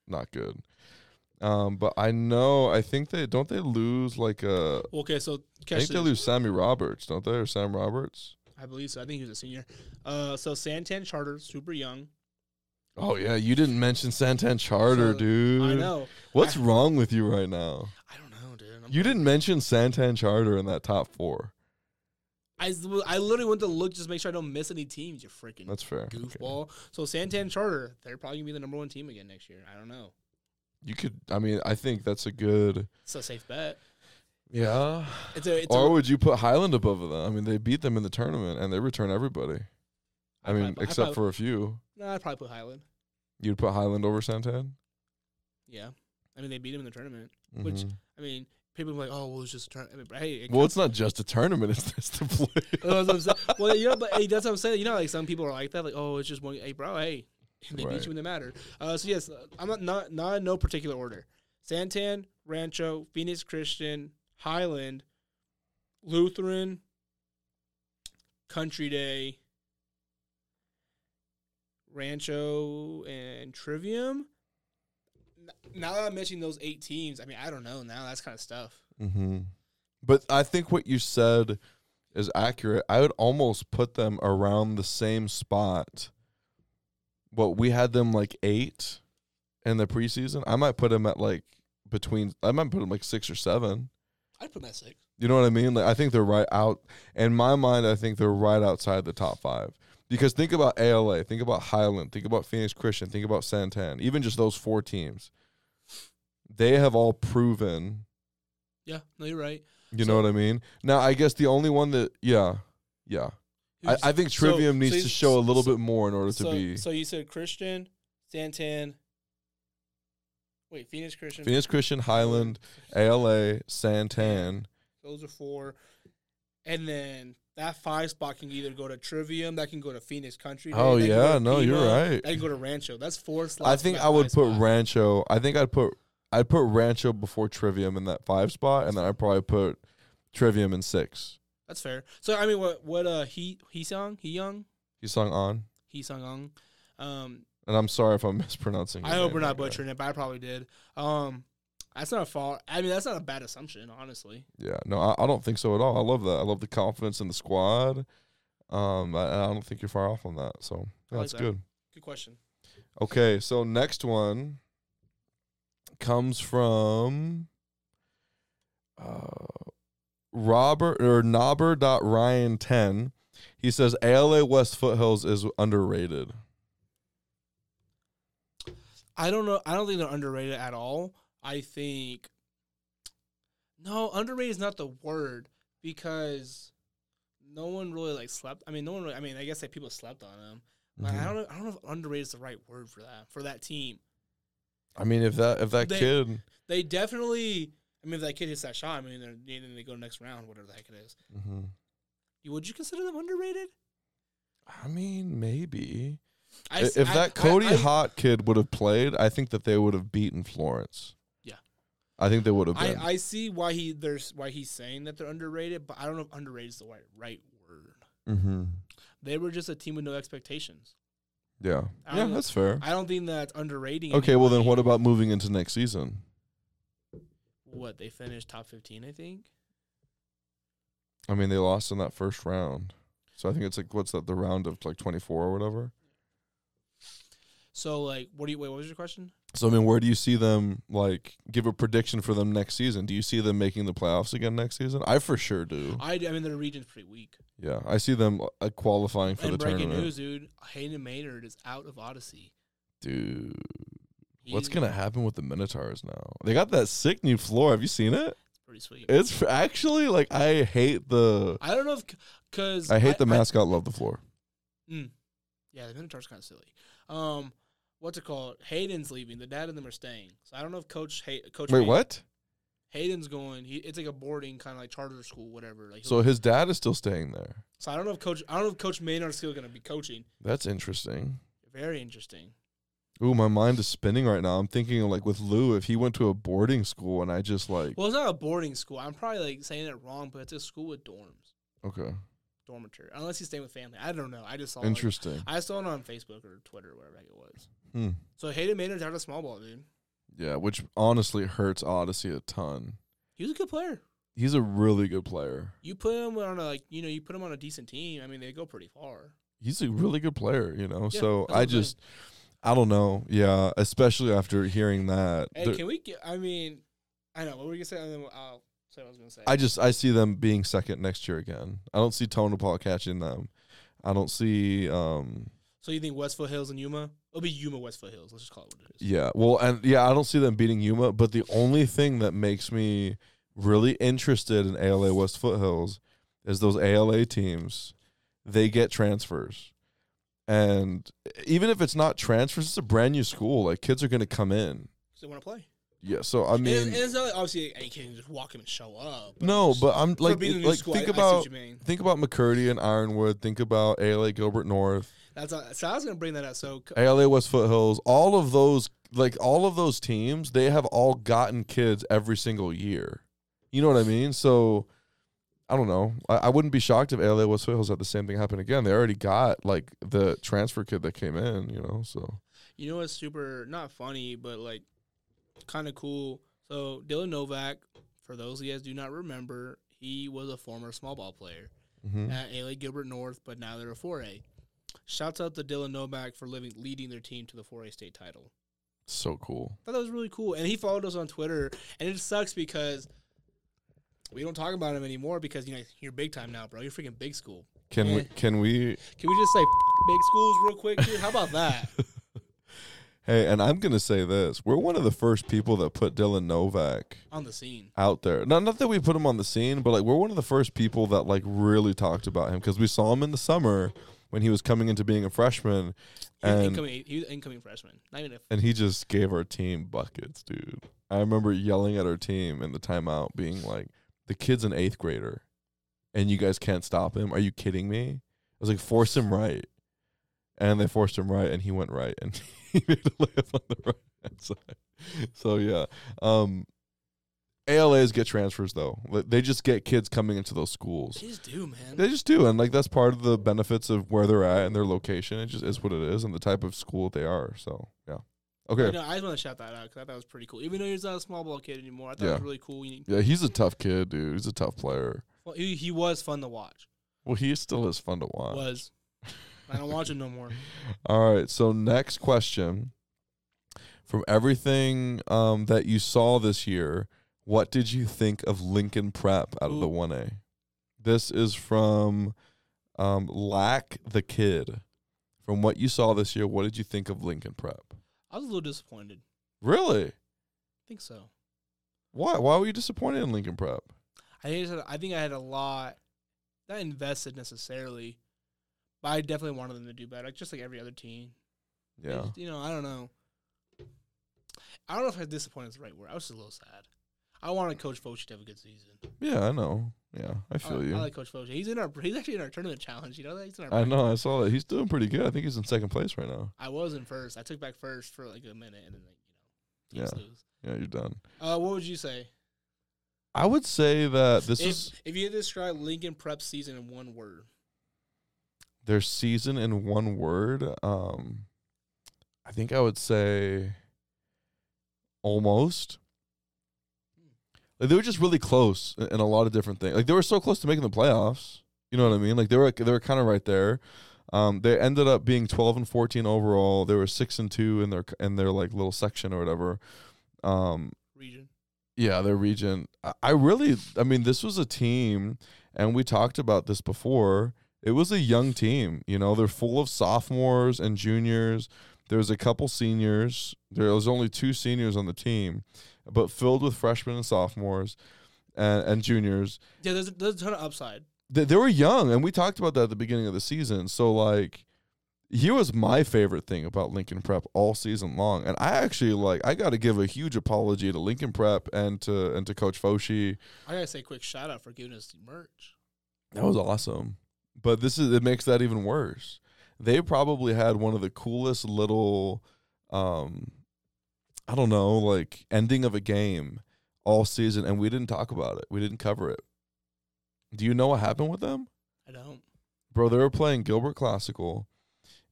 A: not good. Um, but I know. I think they don't. They lose like a.
B: Okay, so
A: I
B: catch
A: think they
B: this.
A: lose Sammy Roberts, don't they? Or Sam Roberts?
B: I believe so. I think he was a senior. Uh, so Santan Charter, super young.
A: Oh yeah, you didn't mention Santan Charter,
B: So,
A: dude.
B: I know.
A: What's
B: I-
A: wrong with you right now?
B: I don't know, dude. I'm
A: You didn't mention Santan Charter in that top four.
B: I, s- I literally went to look just to make sure I don't miss any teams. You freaking
A: That's fair. Okay.
B: goofball. So Santan Charter, they're probably gonna be the number one team again next year. I don't know.
A: You could. I mean, I think that's a good.
B: It's a safe bet.
A: Yeah.
B: It's a. It's
A: or
B: a
A: would you put Highland above them? I mean, they beat them in the tournament and they return everybody. I
B: I'd
A: mean,
B: probably- I'd
A: except
B: probably-
A: for a few.
B: no, I'd probably put Highland.
A: You'd put Highland over Santan.
B: Yeah, I mean they beat him in the tournament. Which-
A: Mhm.
B: I mean people are like, oh, well, it's just a tournament. I mean, but hey, it
A: well, it's not just a tournament; it's just the play.
B: That's what I'm saying. Well, you know, but hey, that's what I'm saying. You know, like some people are like that, like, oh, it's just one. Hey, bro, hey, they
A: Right.
B: beat you when they matter. Uh, so yes, I'm not not not in no particular order. Santan, Rancho, Phoenix Christian, Highland, Lutheran, Country Day, Rancho, and Trivium. N- Now that I'm mentioning those eight teams, I mean, I don't know. Now that's kind of stuff.
A: hmm But I think what you said is accurate. I would almost put them around the same spot. What we had them like eight in the preseason. I might put them at like between. I might put them like six or seven.
B: I'd put them at six.
A: You know what I mean? Like I think they're right out. In my mind, I think they're right outside the top five. Because think about ALA, think about Highland, think about Phoenix Christian, think about Santan, even just those four teams. they have all proven.
B: Yeah, no, you're right.
A: You
B: So-
A: know what I mean? Now, I guess the only one that, yeah, yeah, I,
B: Who's-
A: I think
B: so-
A: Trivium
B: so
A: needs
B: you-
A: to show a little
B: so-
A: bit more in order to
B: so,
A: be.
B: So you said Christian, Santan. Wait, Phoenix Christian.
A: Phoenix Christian, Highland, ALA, Santan.
B: Those are four. And then that five spot can either go to Trivium, that can go to Phoenix Country. Day,
A: Oh,
B: that can go
A: yeah,
B: to
A: no, you're right.
B: That can go to Rancho. That's four slots.
A: I
B: for
A: think
B: that
A: I would
B: five
A: put
B: spot.
A: Rancho. I think I'd put I'd put Rancho before Trivium in that five spot, and then I'd probably put Trivium in six.
B: That's fair. So I mean, what what uh he he sung he young
A: He sung on,
B: he sung on. Um,
A: and I'm sorry if I'm mispronouncing.
B: I
A: your
B: hope
A: name,
B: we're
A: my
B: not
A: guy.
B: butchering it, but I probably did. Um, that's not a fault. I mean, that's not a bad assumption, honestly.
A: Yeah, no, I, I don't think so at all. I love that. I love the confidence in the squad. Um, I, I don't think you're far off on that. So
B: I like
A: that's
B: that.
A: good.
B: Good question.
A: Okay, so next one comes from uh, Robert or Nobber.Ryan10. He says ALA West Foothills is underrated.
B: I don't know. I don't think they're underrated at all. I think no, underrated is not the word because no one really like slept. I mean, no one. Really, I mean, I guess like people slept on them. But
A: Mm-hmm.
B: I don't. know- I don't know if underrated is the right word for that for that team.
A: I mean, if that if that
B: They-
A: kid,
B: They definitely. I mean, if that kid hits that shot, I mean, they're, then they go next round, whatever the heck it is.
A: Mhm.
B: Would you consider them underrated?
A: I mean, maybe
B: I,
A: I-
B: s-
A: if
B: I-
A: that
B: I-
A: Cody
B: I-
A: Hot kid would have played, I think that they would have beaten Florence.
B: Yeah.
A: I think they would have been.
B: I, I see why he there's why he's saying that they're underrated, but I don't know if underrated is the right right word.
A: mm-hmm.
B: They were just a team with no expectations.
A: Yeah,
B: I
A: yeah,
B: don't-
A: that's fair.
B: I don't think that's underrating.
A: Okay, well then,
B: anybody.
A: what about moving into next season?
B: What they finished top fifteen, I think.
A: I mean, they lost in that first round. So I think it's like what's that the round of like 24 or whatever.
B: So like, what do you wait? What was your question?
A: So I mean, where do you see them like give a prediction for them next season? Do you see them making the playoffs again next season? I for sure do.
B: I, I mean their region's pretty weak.
A: Yeah, I see them uh, qualifying for
B: and
A: the
B: breaking
A: tournament.
B: news, dude, Hayden Maynard is out of Odyssey.
A: Dude, what's
B: He's
A: going to happen with the Minotaurs now? They got that sick new floor. Have you seen it?
B: pretty sweet.
A: It's f- actually like I hate the
B: I don't know if because
A: I hate the mascot love the floor.
B: Mm. Yeah, the Minotaur's kind of silly. Um, what's it called? Hayden's leaving. The dad and them are staying. So I don't know if Coach Hay- Coach
A: Wait,
B: Hayden-
A: what?
B: Hayden's going. He, it's like a boarding kind of like charter school, whatever. Like
A: So
B: so,
A: his dad is still staying there.
B: so I don't know if Coach. I don't know if Coach Maynard's still going to be coaching.
A: That's interesting.
B: Very interesting.
A: Ooh, my mind is spinning right now. I'm thinking like with Lou, if he went to a boarding school and I just like
B: Well, it's not a boarding school. I'm probably like saying it wrong, but it's a school with dorms,
A: okay,
B: dormitory. Unless he's staying with family. I don't know. I just saw. like-
A: interesting.
B: I saw it on Facebook or Twitter, wherever it was.
A: Hmm.
B: So Hayden Maynard's out of small ball, dude.
A: Yeah, which honestly hurts Odyssey a ton.
B: He was a good player.
A: He's a really good player.
B: You put him on a like you know you put him on a decent team. I mean they go pretty far.
A: He's a really good player, you know.
B: Yeah,
A: so
B: that's what
A: I
B: I'm saying.
A: just, I don't know. Yeah, especially after hearing that,
B: Hey,
A: There-
B: can we get? I mean, I know what were you gonna say, and then I'll say what I was gonna say.
A: I just I see them being second next year again. I don't see Tonopah catching them. I don't see. um
B: so you think Westfoot Hills and Yuma? It'll be Yuma Westfoot Hills. Let's just call it what it is.
A: Yeah. Well, and yeah, I don't see them beating Yuma, but the only thing that makes me really interested in ALA West Foothills is those ALA teams. They get transfers. And even if it's not transfers, it's a brand new school. Like kids are going to come in.
B: 'Cause They want to play.
A: Yeah. So I
B: And,
A: mean,
B: it's- and it's not like, obviously hey, you can just walk him and show up.
A: no, but I'm
B: for
A: like,
B: being a new
A: like
B: school,
A: think
B: I- I see what
A: about
B: you mean.
A: think about McCurdy and Ironwood. Think about ALA Gilbert North.
B: That's not, so I was gonna bring that up. So c-
A: ALA West Foothills, all of those like all of those teams, they have all gotten kids every single year. You know what I mean? So I don't know. I, I wouldn't be shocked if ALA West Foothills had the same thing happen again. They already got like the transfer kid that came in, you know. So
B: you know what's super not funny, but like kind of cool. So Dylan Novak, for those of you guys who do not remember, he was a former small ball player.
A: mhm.
B: at A.L.A. Gilbert North, but now they're a 4A. Shouts out to Dylan Novak for living, leading their team to the 4A state title.
A: so cool.
B: Thought that was really cool, and he followed us on Twitter, and it sucks because we don't talk about him anymore because you know you're big time now, bro. You're freaking big school.
A: Can we
B: Yeah.
A: can we
B: Can we just say "F- big schools real quick, dude? How about that?
A: Hey, and I'm gonna say this: we're one of the first people that put Dylan Novak
B: on the scene.
A: out there. Not not that we put him on the scene, but like we're one of the first people that like really talked about him because we saw him in the summer when he was coming into being a freshman,
B: He was,
A: and
B: incoming, he was an incoming freshman. Not even a
A: and he just gave our team buckets, dude. I remember yelling at our team in the timeout, being like, "The kid's an eighth grader, and you guys can't stop him. Are you kidding me?" I was like, "Force him right," and they forced him right, and he went right, and he made a layup on the right hand side. So yeah, um, ALAs get transfers though. Like, They just get kids coming into those schools.
B: They just do, man.
A: They just do, and like that's part of the benefits of where they're at and their location. It just is what it is, and the type of school they are. So yeah,
B: You
A: okay,
B: know, I just want to shout that out because I thought that was pretty cool. Even though he's not a small ball kid anymore, I thought it
A: Yeah.
B: was really cool. He,
A: yeah, he's a tough kid, dude. He's a tough player.
B: well, he, he was fun to watch.
A: Well, he still is fun to watch.
B: Was. I don't watch him no more.
A: All right, so next question: From everything um, that you saw this year, what did you think of Lincoln Prep out of the
B: Ooh.
A: one A? This is from um, Lack the Kid. From what you saw this year, what did you think of Lincoln Prep?
B: I was a little disappointed. I
A: Really?
B: think so.
A: Why? Why were you disappointed in Lincoln Prep?
B: I think I, just had, I think I had a lot, not invested necessarily, but I definitely wanted them to do better, like just like every other team. They
A: Yeah.
B: just- you know, I don't know. I don't know if I disappointed is the right word. I was just a little sad. I wanted Coach Foch to have a good season.
A: Yeah, I know. Yeah, I
B: I,
A: feel
B: I
A: you. I,
B: like Coach Foch. He's in our. He's actually in our tournament challenge. You know that he's in our.
A: know. I saw that. He's doing pretty good. I think he's in second place right now.
B: I was in first. I took back first for like a minute, and then like you know, teams lose.
A: Yeah, you're done.
B: Uh, what would you say
A: I would say that this
B: if,
A: is
B: if you had to describe Lincoln Prep season in one word?
A: their season in one word. Um, I think I would say almost. Like they were just really close i- in a lot of different things. Like they were so close to making the playoffs. You know what I mean? Like they were they were kind of right there. Um, they ended up being twelve and fourteen overall. They were six and two in their in their like little section or whatever. Um,
B: Region.
A: Yeah, their region. I- I really, I mean, this was a team, and we talked about this before. It was a young team. You know, they're full of sophomores and juniors. There's a couple seniors. There was only two seniors on the team, but filled with freshmen and sophomores and, and juniors.
B: Yeah, there's there's a ton of upside.
A: They, they were young, and we talked about that at the beginning of the season. So, like, here was my favorite thing about Lincoln Prep all season long, and I actually like. I got to give a huge apology to Lincoln Prep and to and to Coach Foshi.
B: I gotta say, a quick shout out for giving us the merch.
A: That was awesome. But this is it makes that even worse. They probably had one of the coolest little um I don't know, like ending of a game all season and we didn't talk about it. We didn't cover it. Do you know what happened with them?
B: I don't.
A: Bro, they were playing Gilbert Classical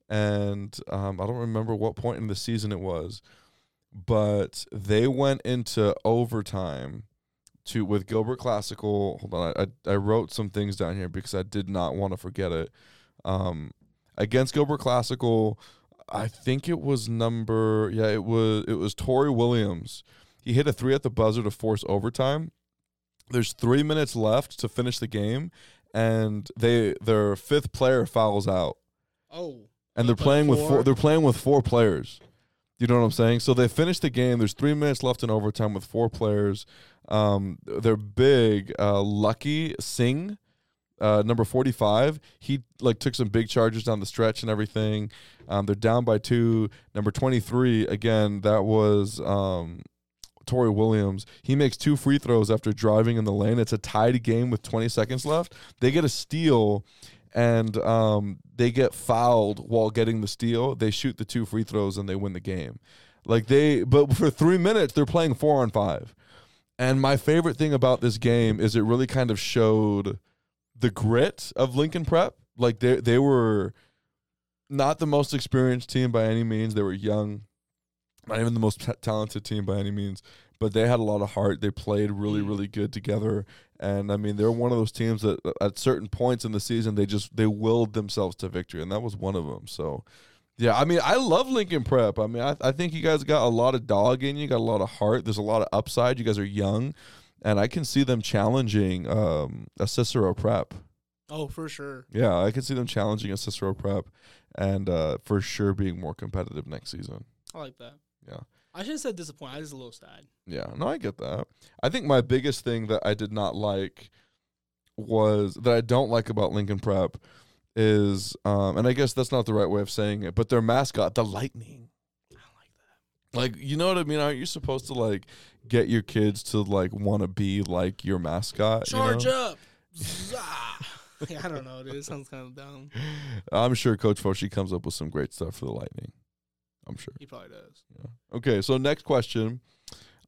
A: and um I don't remember what point in the season it was, but they went into overtime to with Gilbert Classical. Hold on, I I I wrote some things down here because I did not want to forget it. Um, against Gilbert Classical, I think it was number yeah it was it was Torrey Williams. He hit a three at the buzzer to force overtime. There's three minutes left to finish the game, and they their fifth player fouls out
B: Oh,
A: and
B: They
A: they're
B: play
A: playing with four.
B: four.
A: They're playing with four players. You know what I'm saying? So they finish the game. There's three minutes left in overtime with four players. Um, they're big. Uh, Lucky Singh, uh, number 45. He like took some big charges down the stretch and everything. Um, they're down by two. Number 23 again. That was um, Torrey Williams. He makes two free throws after driving in the lane. It's a tied game with 20 seconds left. They get a steal and um, they get fouled while getting the steal. They shoot the two free throws and they win the game. Like they, but for three minutes, they're playing four on five. And my favorite thing about this game is it really kind of showed the grit of Lincoln Prep. Like they, they were not the most experienced team by any means. They were young, not even the most ta- talented team by any means, but they had a lot of heart. They played really,
B: Mm.
A: really good together. And I mean, they're one of those teams that uh, at certain points in the season they just they willed themselves to victory, and that was one of them. So, yeah, I mean, I love Lincoln Prep. I mean, I, I think you guys got a lot of dog in you, got a lot of heart. There's a lot of upside. You guys are young, and I can see them challenging um, a Cicero Prep.
B: oh, for sure.
A: Yeah, I can see them challenging a Cicero Prep, and uh, for sure being more competitive next season.
B: I like that.
A: Yeah.
B: I should have said disappointed. I was just a little sad.
A: Yeah, no, I get that. I think my biggest thing that I did not like was that I don't like about Lincoln Prep is, um, and I guess that's not the right way of saying it, but their mascot, the Lightning.
B: I don't like that.
A: Like, you know what I mean? Aren't you supposed to like get your kids to like want to be like your mascot? Uh, you
B: Charge
A: know?
B: up. Ah! Zah. Yeah, I don't know, dude. It sounds kind of dumb.
A: I'm sure Coach Foshi comes up with some great stuff for the Lightning. I'm sure.
B: He probably does.
A: Okay, so next question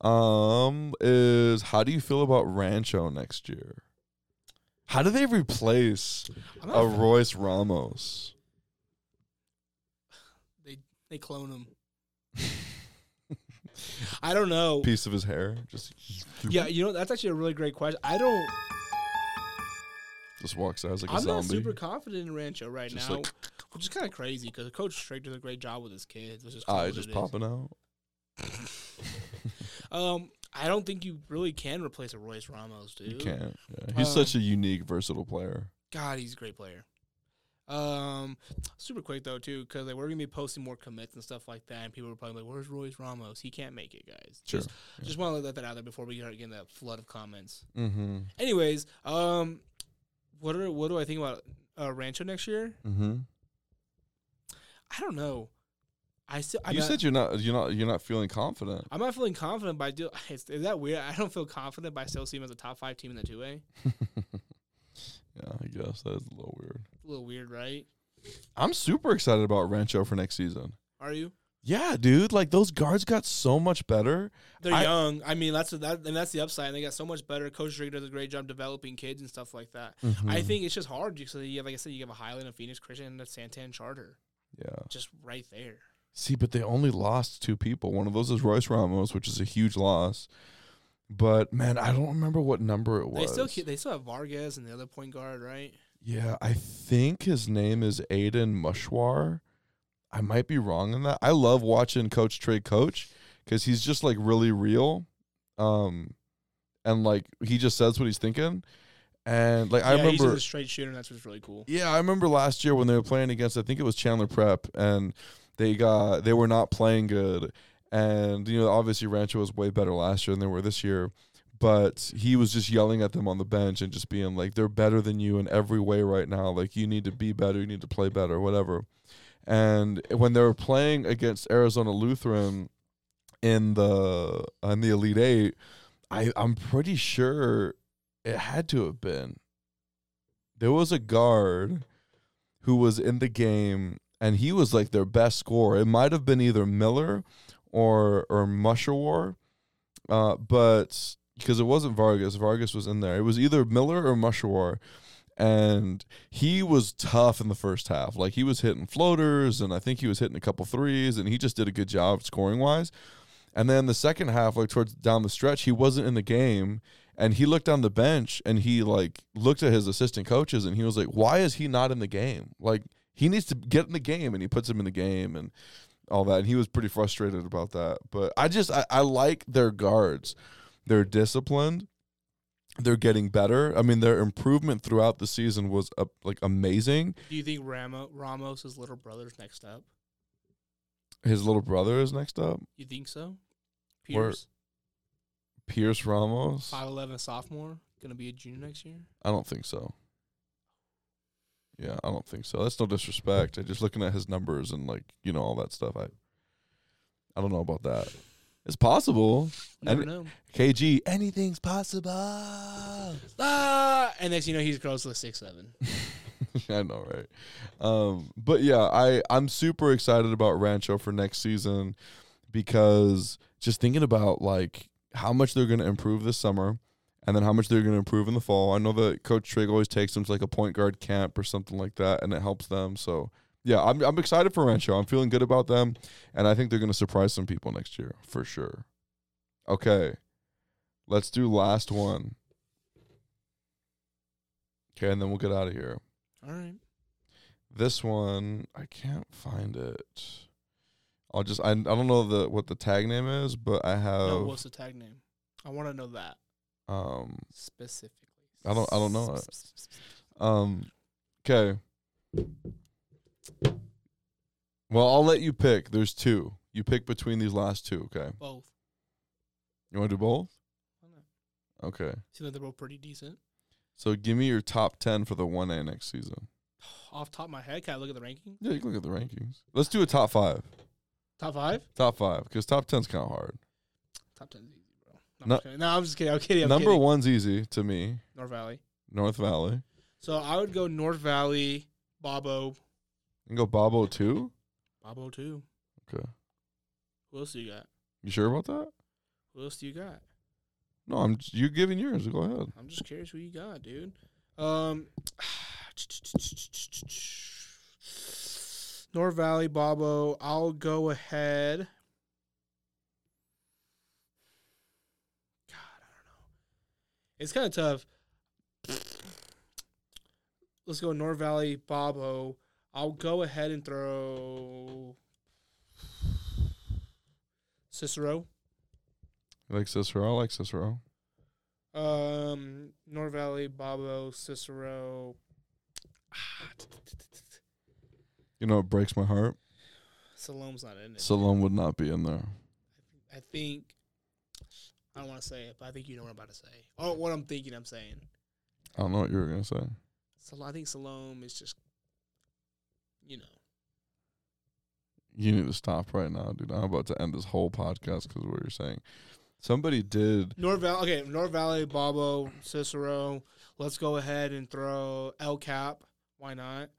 A: um is how do you feel about Rancho next year? How do they replace
B: I'm not
A: a
B: a fan.
A: Royce Ramos?
B: they clone him. I don't know.
A: Piece of his hair, just
B: Yeah, you know that's actually a really great question. I don't.
A: just walks out as like a
B: I'm
A: zombie.
B: not super confident in Rancho right
A: Just
B: now,
A: like-
B: which is kind of crazy because Coach Strick does a great job with his kids. Which is
A: Eye Ah, just
B: popping.
A: popping out.
B: Um, I don't think you really can replace a Royce Ramos, dude.
A: You can't. Yeah. He's
B: Um,
A: such a unique, versatile player.
B: God, he's a great player. Um, super quick though too, because like we're gonna be posting more commits and stuff like that, and people are probably like, "Where's Royce Ramos? He can't make it, guys."
A: Sure.
B: Just,
A: yeah.
B: just want to let that out there before we start getting that flood of comments.
A: Mm-hmm.
B: Anyways, um, what are what do I think about uh, Rancho next year?
A: Mm-hmm.
B: I don't know. I still I'm
A: you
B: not,
A: said you're not you're not you're not feeling confident.
B: I'm not feeling confident, but I do. It's, is that weird? I don't feel confident, but I still see him as a top five team in the two A.
A: yeah, I guess that is a little weird.
B: A little weird, right?
A: I'm super excited about Rancho for next season.
B: Are you?
A: Yeah, dude. Like those guards got so much better.
B: They're
A: I-
B: young. I mean, that's that, and that's the upside. And they got so much better. Coach Drake does a great job developing kids and stuff like that. I
A: Hmm.
B: think it's just hard because you have, like I said, you have a Highland, a Phoenix Christian, and a Santan Charter,
A: Yeah.
B: just right there.
A: See, but they only lost two people. One of those is Royce Ramos, which is a huge loss. But man, I don't remember what number it was.
B: They still keep- they still have Vargas and the other point guard, right?
A: yeah, I think his name is Aiden Mushwar. I might be wrong on that. I love watching Coach Trey coach because he's just like really real, um, and like he just says what he's thinking. And like I
B: yeah, he's
A: remember
B: just a straight shooter, and that's what's really cool.
A: Yeah, I remember last year when they were playing against I think it was Chandler Prep and they got they were not playing good and you know obviously Rancho was way better last year than they were this year but he was just yelling at them on the bench and just being like they're better than you in every way right now like you need to be better you need to play better whatever and when they were playing against Arizona Lutheran in the in the Elite 8 I I'm pretty sure it had to have been there was a guard who was in the game and he was like their best scorer. It might have been either Miller or or Musherwar, uh, but because it wasn't Vargas, Vargas was in there. It was either Miller or Musherwar, and he was tough in the first half. Like he was hitting floaters, and I think he was hitting a couple threes, and he just did a good job scoring wise. And then the second half, like towards down the stretch, he wasn't in the game. And he looked on the bench and he like looked at his assistant coaches and he was like, Why is he not in the game? Like he needs to get in the game and he puts him in the game and all that. And he was pretty frustrated about that. But I just I, I like their guards. They're disciplined. They're getting better. I mean, their improvement throughout the season was uh, like amazing.
B: Do you think Ramo, Ramos' is little brother's next up?
A: His little brother is next up,
B: You think so?
A: Where-
B: Pierce,
A: Pierce Ramos.
B: five eleven sophomore, gonna be a junior next year.
A: I don't think so. Yeah, I don't think so. That's no disrespect. I just looking at his numbers and like you know all that stuff. I I don't know about that. It's possible.
B: Never
A: And-
B: know.
A: KG, anything's possible. I
B: Ah, and next you know he's grows to six seven.
A: know, right? Um, but yeah, I I'm super excited about Rancho for next season because just thinking about like how much they're going to improve this summer and then how much they're going to improve in the fall. I know that Coach Trigg always takes them to like a point guard camp or something like that, and it helps them. So, yeah, I'm, I'm excited for Rancho. I'm feeling good about them, and I think they're going to surprise some people next year for sure. Okay, let's do last one. Okay, and then we'll get out of here.
B: All right.
A: This one, I can't find it. I'll just I, I don't know the what the tag name is, but I have
B: No, what's the tag name? I want to know that
A: um
B: specifically.
A: I don't- I don't know it. um okay. Well, I'll let you pick. There's two. You pick between these last two, okay?
B: Both.
A: You want to do both?
B: Why not?
A: Okay.
B: Seems like they're both pretty decent.
A: So give me your top 10 for the 1A next season.
B: Off top of my head, can I look at the ranking?
A: Yeah, you can look at the rankings. Let's do a top five.
B: Top five?
A: Top five, because top 10's kind of hard.
B: Top ten is easy, bro. No, I'm just kidding. No, I'm just kidding. I'm kidding. I'm
A: Number
B: kidding.
A: one's easy to me
B: North Valley.
A: North Valley.
B: So I would go North Valley, Bobo,
A: You can go Bobo 2.
B: Bobo too.
A: Okay.
B: Who else do you got?
A: You sure about that?
B: Who else do you got?
A: No, I'm. j- You're giving yours. Go ahead.
B: I'm just curious who you got, dude. Um, North Valley, Bobo. I'll go ahead. God, I don't know. It's kind of tough. Let's go North Valley, Bobo. I'll go ahead and throw Cicero.
A: You like Cicero? I like Cicero.
B: Um, North Valley, Bobo, Cicero. Ah,
A: You know, it breaks my heart.
B: Salome's not in it.
A: Salome would not be in there.
B: I think I don't want to say it, but I think you know what I'm about to say. Oh, what I'm thinking, I'm saying.
A: I don't know what you were gonna say.
B: So I think Salome is just, you know,
A: You need to stop right now, dude. I'm about to end this whole podcast because of what you're saying. Somebody did.
B: North Valley. Okay, North Valley, Bobo, Cicero. Let's go ahead and throw El Cap. Why not?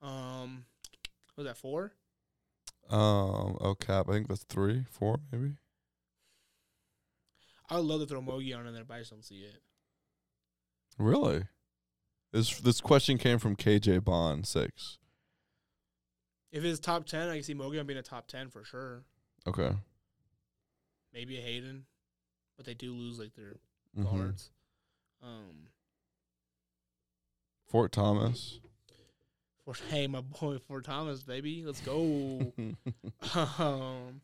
B: Um, was that four?
A: Um. Oh, cap. I think that's three, four, maybe.
B: I would love to throw Mogi on in there, but I just don't see it.
A: Really? This this question came from KJ Bond six.
B: If it's top ten, I can see Mogi on being a top ten for sure.
A: Okay.
B: maybe a Hayden, but they do lose like their
A: Mhm.
B: guards. Um,
A: Fort Thomas.
B: for hey, my boy, for Thomas, baby, let's go. um,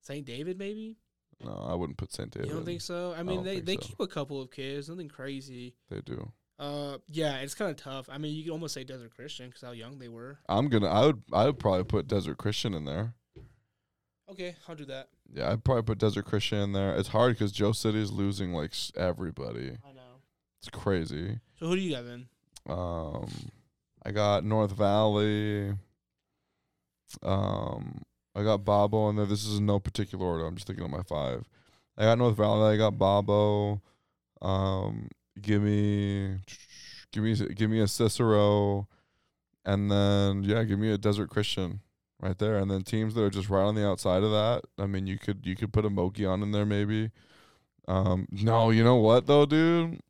B: Saint David, maybe
A: no, I wouldn't put Saint David.
B: you don't think so? I mean,
A: don't
B: they
A: think
B: they
A: so.
B: keep a couple of kids, nothing crazy.
A: They do.
B: Uh, yeah, it's kind of tough. I mean, you could almost say Desert Christian because how young they were.
A: I'm gonna. I would. I would probably put Desert Christian in there.
B: Okay, I'll do that.
A: Yeah, I'd probably put Desert Christian in there. It's hard because Joe City's losing like s- everybody.
B: I know.
A: It's crazy.
B: So who do you got then?
A: Um, I got North Valley. Um, I got Bobo in there. This is in no particular order. I'm just thinking of my five. I got North Valley. I got Bobo. Um, give me, give me, give me a Cicero, and then yeah, give me a Desert Christian right there. And then teams that are just right on the outside of that. I mean, you could you could put a Moki on in there maybe. Um, no, you know what though, dude,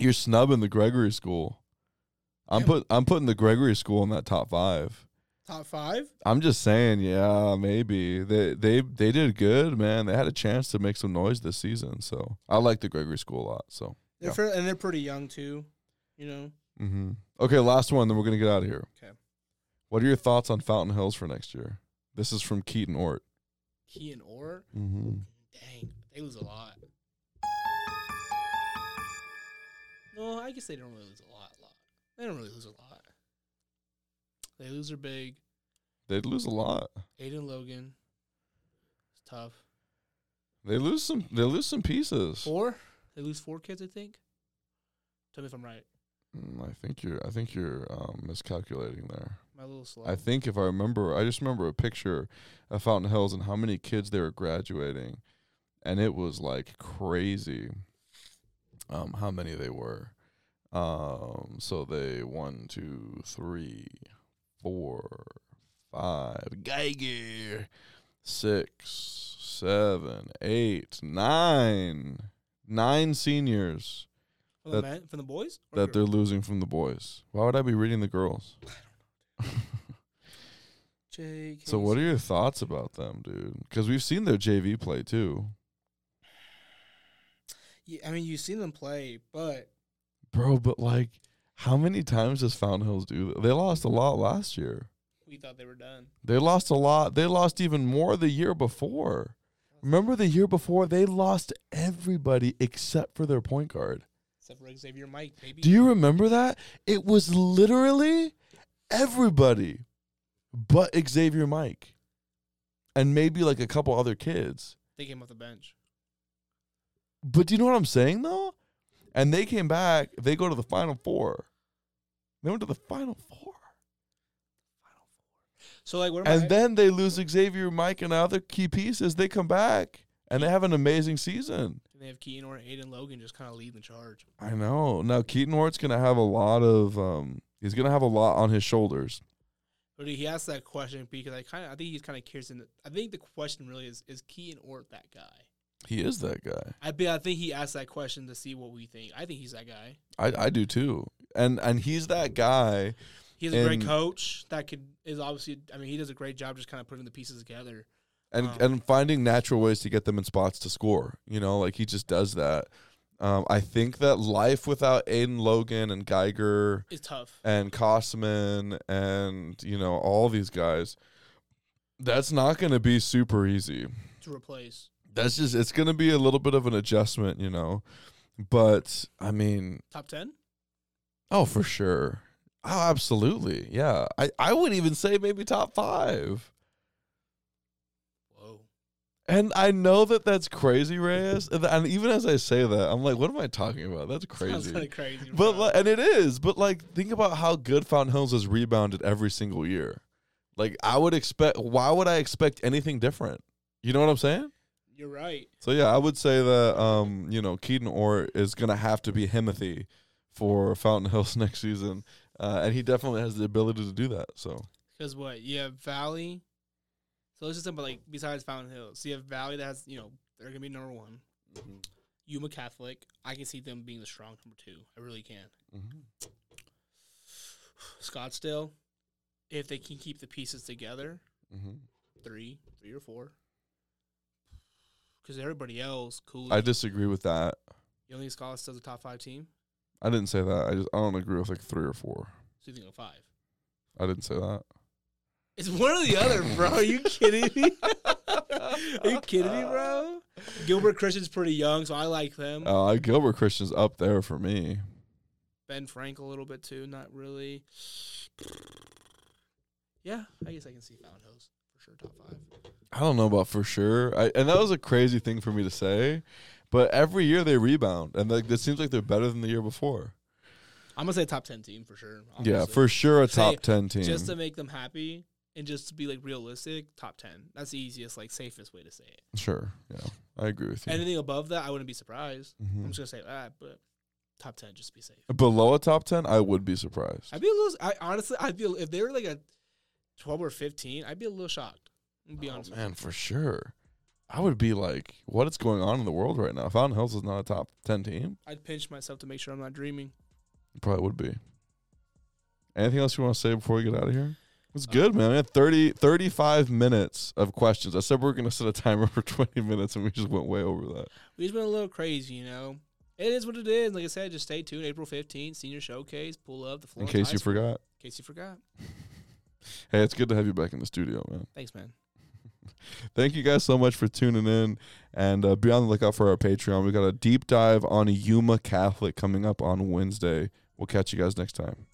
A: you're snubbing the Gregory School. I'm
B: Yeah.
A: put I'm putting the Gregory School in that top five.
B: Top five?
A: I'm just saying, yeah, maybe they they they did good, man. They had a chance to make some noise this season, so I like the Gregory School a lot. So,
B: They're
A: Yeah.
B: fair, and they're pretty young too. You know,
A: hmm okay, last one, then we're gonna get out of here.
B: Okay.
A: What are your thoughts on Fountain Hills for next year? This is from Keaton Ort.
B: he and Orr.
A: Mm-hmm.
B: Dang, they lose a lot. No, I guess they don't really lose a lot. lot. They don't really lose a lot. They lose their big
A: They'd lose a lot.
B: Aiden Logan. It's tough.
A: They lose some. They lose some pieces.
B: Four? They lose four kids, I think. Tell me if I'm right.
A: Mm, I think you're. I think you're um, miscalculating there.
B: My little slow.
A: I think if I remember, I just remember a picture of Fountain Hills and how many kids they were graduating, and it was like crazy, um, how many they were. Um, so they one, two, three, four, five, Geiger, six, seven, eight, nine, nine seniors
B: from, the
A: that-
B: men, from the boys? Or
A: that they're
B: girls?
A: losing from the boys. Why would I be reading the girls?
B: Jake.
A: So what are your thoughts about them, dude? Because we've seen their JV play too,
B: Yeah, I mean, you've seen them play, but
A: bro. But like, how many times does Fountain Hills do? That? They lost a lot last year.
B: we thought they were done.
A: They lost a lot. They lost even more the year before. Remember the year before they lost everybody except for their point guard.
B: Except for Xavier Mike, baby.
A: Do you remember that? It was literally everybody but Xavier Mike. and maybe like a couple other kids.
B: They came off the bench.
A: But do you know what I'm saying though? And they came back. They go to the final four. They went to the final four,
B: So like, what am I?
A: and then they lose Xavier, Mike, and other key pieces. They come back and they have an amazing season.
B: and they have Keaton or Aiden Logan just kind of leading the charge.
A: I know. Now Keaton Ward's gonna have a lot of. Um, he's gonna have a lot on his shoulders.
B: But he asked that question because I kind of I think he's kind of curious. In the, I think the question really is is Keaton Ort that guy?
A: He is that guy.
B: I be, I think he asked that question to see what we think. I think he's that guy.
A: I, I do too. And and he's that guy.
B: He's a great
A: And-
B: coach that could is obviously. I mean, he does a great job just kind of putting the pieces together.
A: and
B: Um,
A: and finding natural ways to get them in spots to score. You know, like he just does that. Um, I think that life without Aiden Logan and Geiger
B: It's tough.
A: and Cosman and you know all these guys, that's not going to be super easy.
B: to replace.
A: That's just it's going to be a little bit of an adjustment, you know. But I mean,
B: Top ten?
A: oh for sure, oh absolutely, yeah. I I would even say maybe top five.
B: Whoa.
A: And I know that that's crazy, Reyes. And, and even as I say that, I'm like, what am I talking about? That's
B: Sounds kind
A: crazy.
B: of crazy.
A: But eh
B: bro.
A: like, and it is. But like, think about how good Fountain Hills has rebounded every single year. Like, I would expect. Why would I expect anything different? You know what I'm saying?
B: you're right.
A: So yeah, I would say that um, you know Keaton Orr is gonna have to be Himothy for Fountain Hills next season, uh, and he definitely has the ability to do that. So
B: Because what? You have Valley. So let's just talk about like besides Fountain Hills. So you have Valley that has you know they're gonna be number one.
A: Mm-hmm.
B: Yuma Catholic. I can see them being the strong number two. I really can. Mm-hmm. Scottsdale, if they can keep the pieces together, Mm-hmm. three, three or four. Because everybody else, cool.
A: I disagree with that.
B: you don't think Scottsdale's a top five team?
A: I didn't say that. I just I don't agree with like three or four.
B: So you think of five?
A: I didn't say that.
B: It's one or the other, bro. Are you kidding me? Are you kidding me, bro? Gilbert Christian's pretty young, so I like them.
A: Uh, Gilbert Christian's up there for me.
B: ben Frank a little bit too, not really. Yeah, I guess I can see Fountain Hills for sure, top five.
A: I don't know about for sure. I, and that was a crazy thing for me to say, but every year they rebound, and like it seems like they're better than the year before.
B: I'm gonna say top ten team for sure.
A: Yeah,
B: obviously.
A: for sure a
B: Say,
A: top ten team.
B: just to make them happy and just to be like realistic, top ten. That's the easiest, like safest way to say it.
A: sure, yeah, I agree with you.
B: Anything above that, I wouldn't be surprised. I'm
A: Mhm.
B: just gonna say that, but top ten, just be safe.
A: Below a top ten, I would be surprised.
B: I'd be a little. I honestly, I'd be if they were like a twelve or fifteen, I'd be a little shocked. I'm gonna be honest. with you.
A: Oh, man, for sure. I would be like, what is going on in the world right now? Fountain Hills is not a top ten team.
B: I'd pinch myself to make sure I'm not dreaming.
A: It probably would be. Anything else you want to say before we get out of here? It's
B: Uh,
A: good, man. We had 30, 35 minutes of questions. I said we are going to set a timer for 20 minutes, and we just went way over that.
B: We just went a little crazy, you know. It is what it is. Like I said, just stay tuned. April fifteenth, senior showcase. Pull up the floor.
A: In case you forgot.
B: In case you forgot.
A: Hey, it's good to have you back in the studio, man.
B: Thanks, man.
A: Thank you guys so much for tuning in, and uh, be on the lookout for our Patreon. We got a deep dive on Yuma Catholic coming up on Wednesday. We'll catch you guys next time.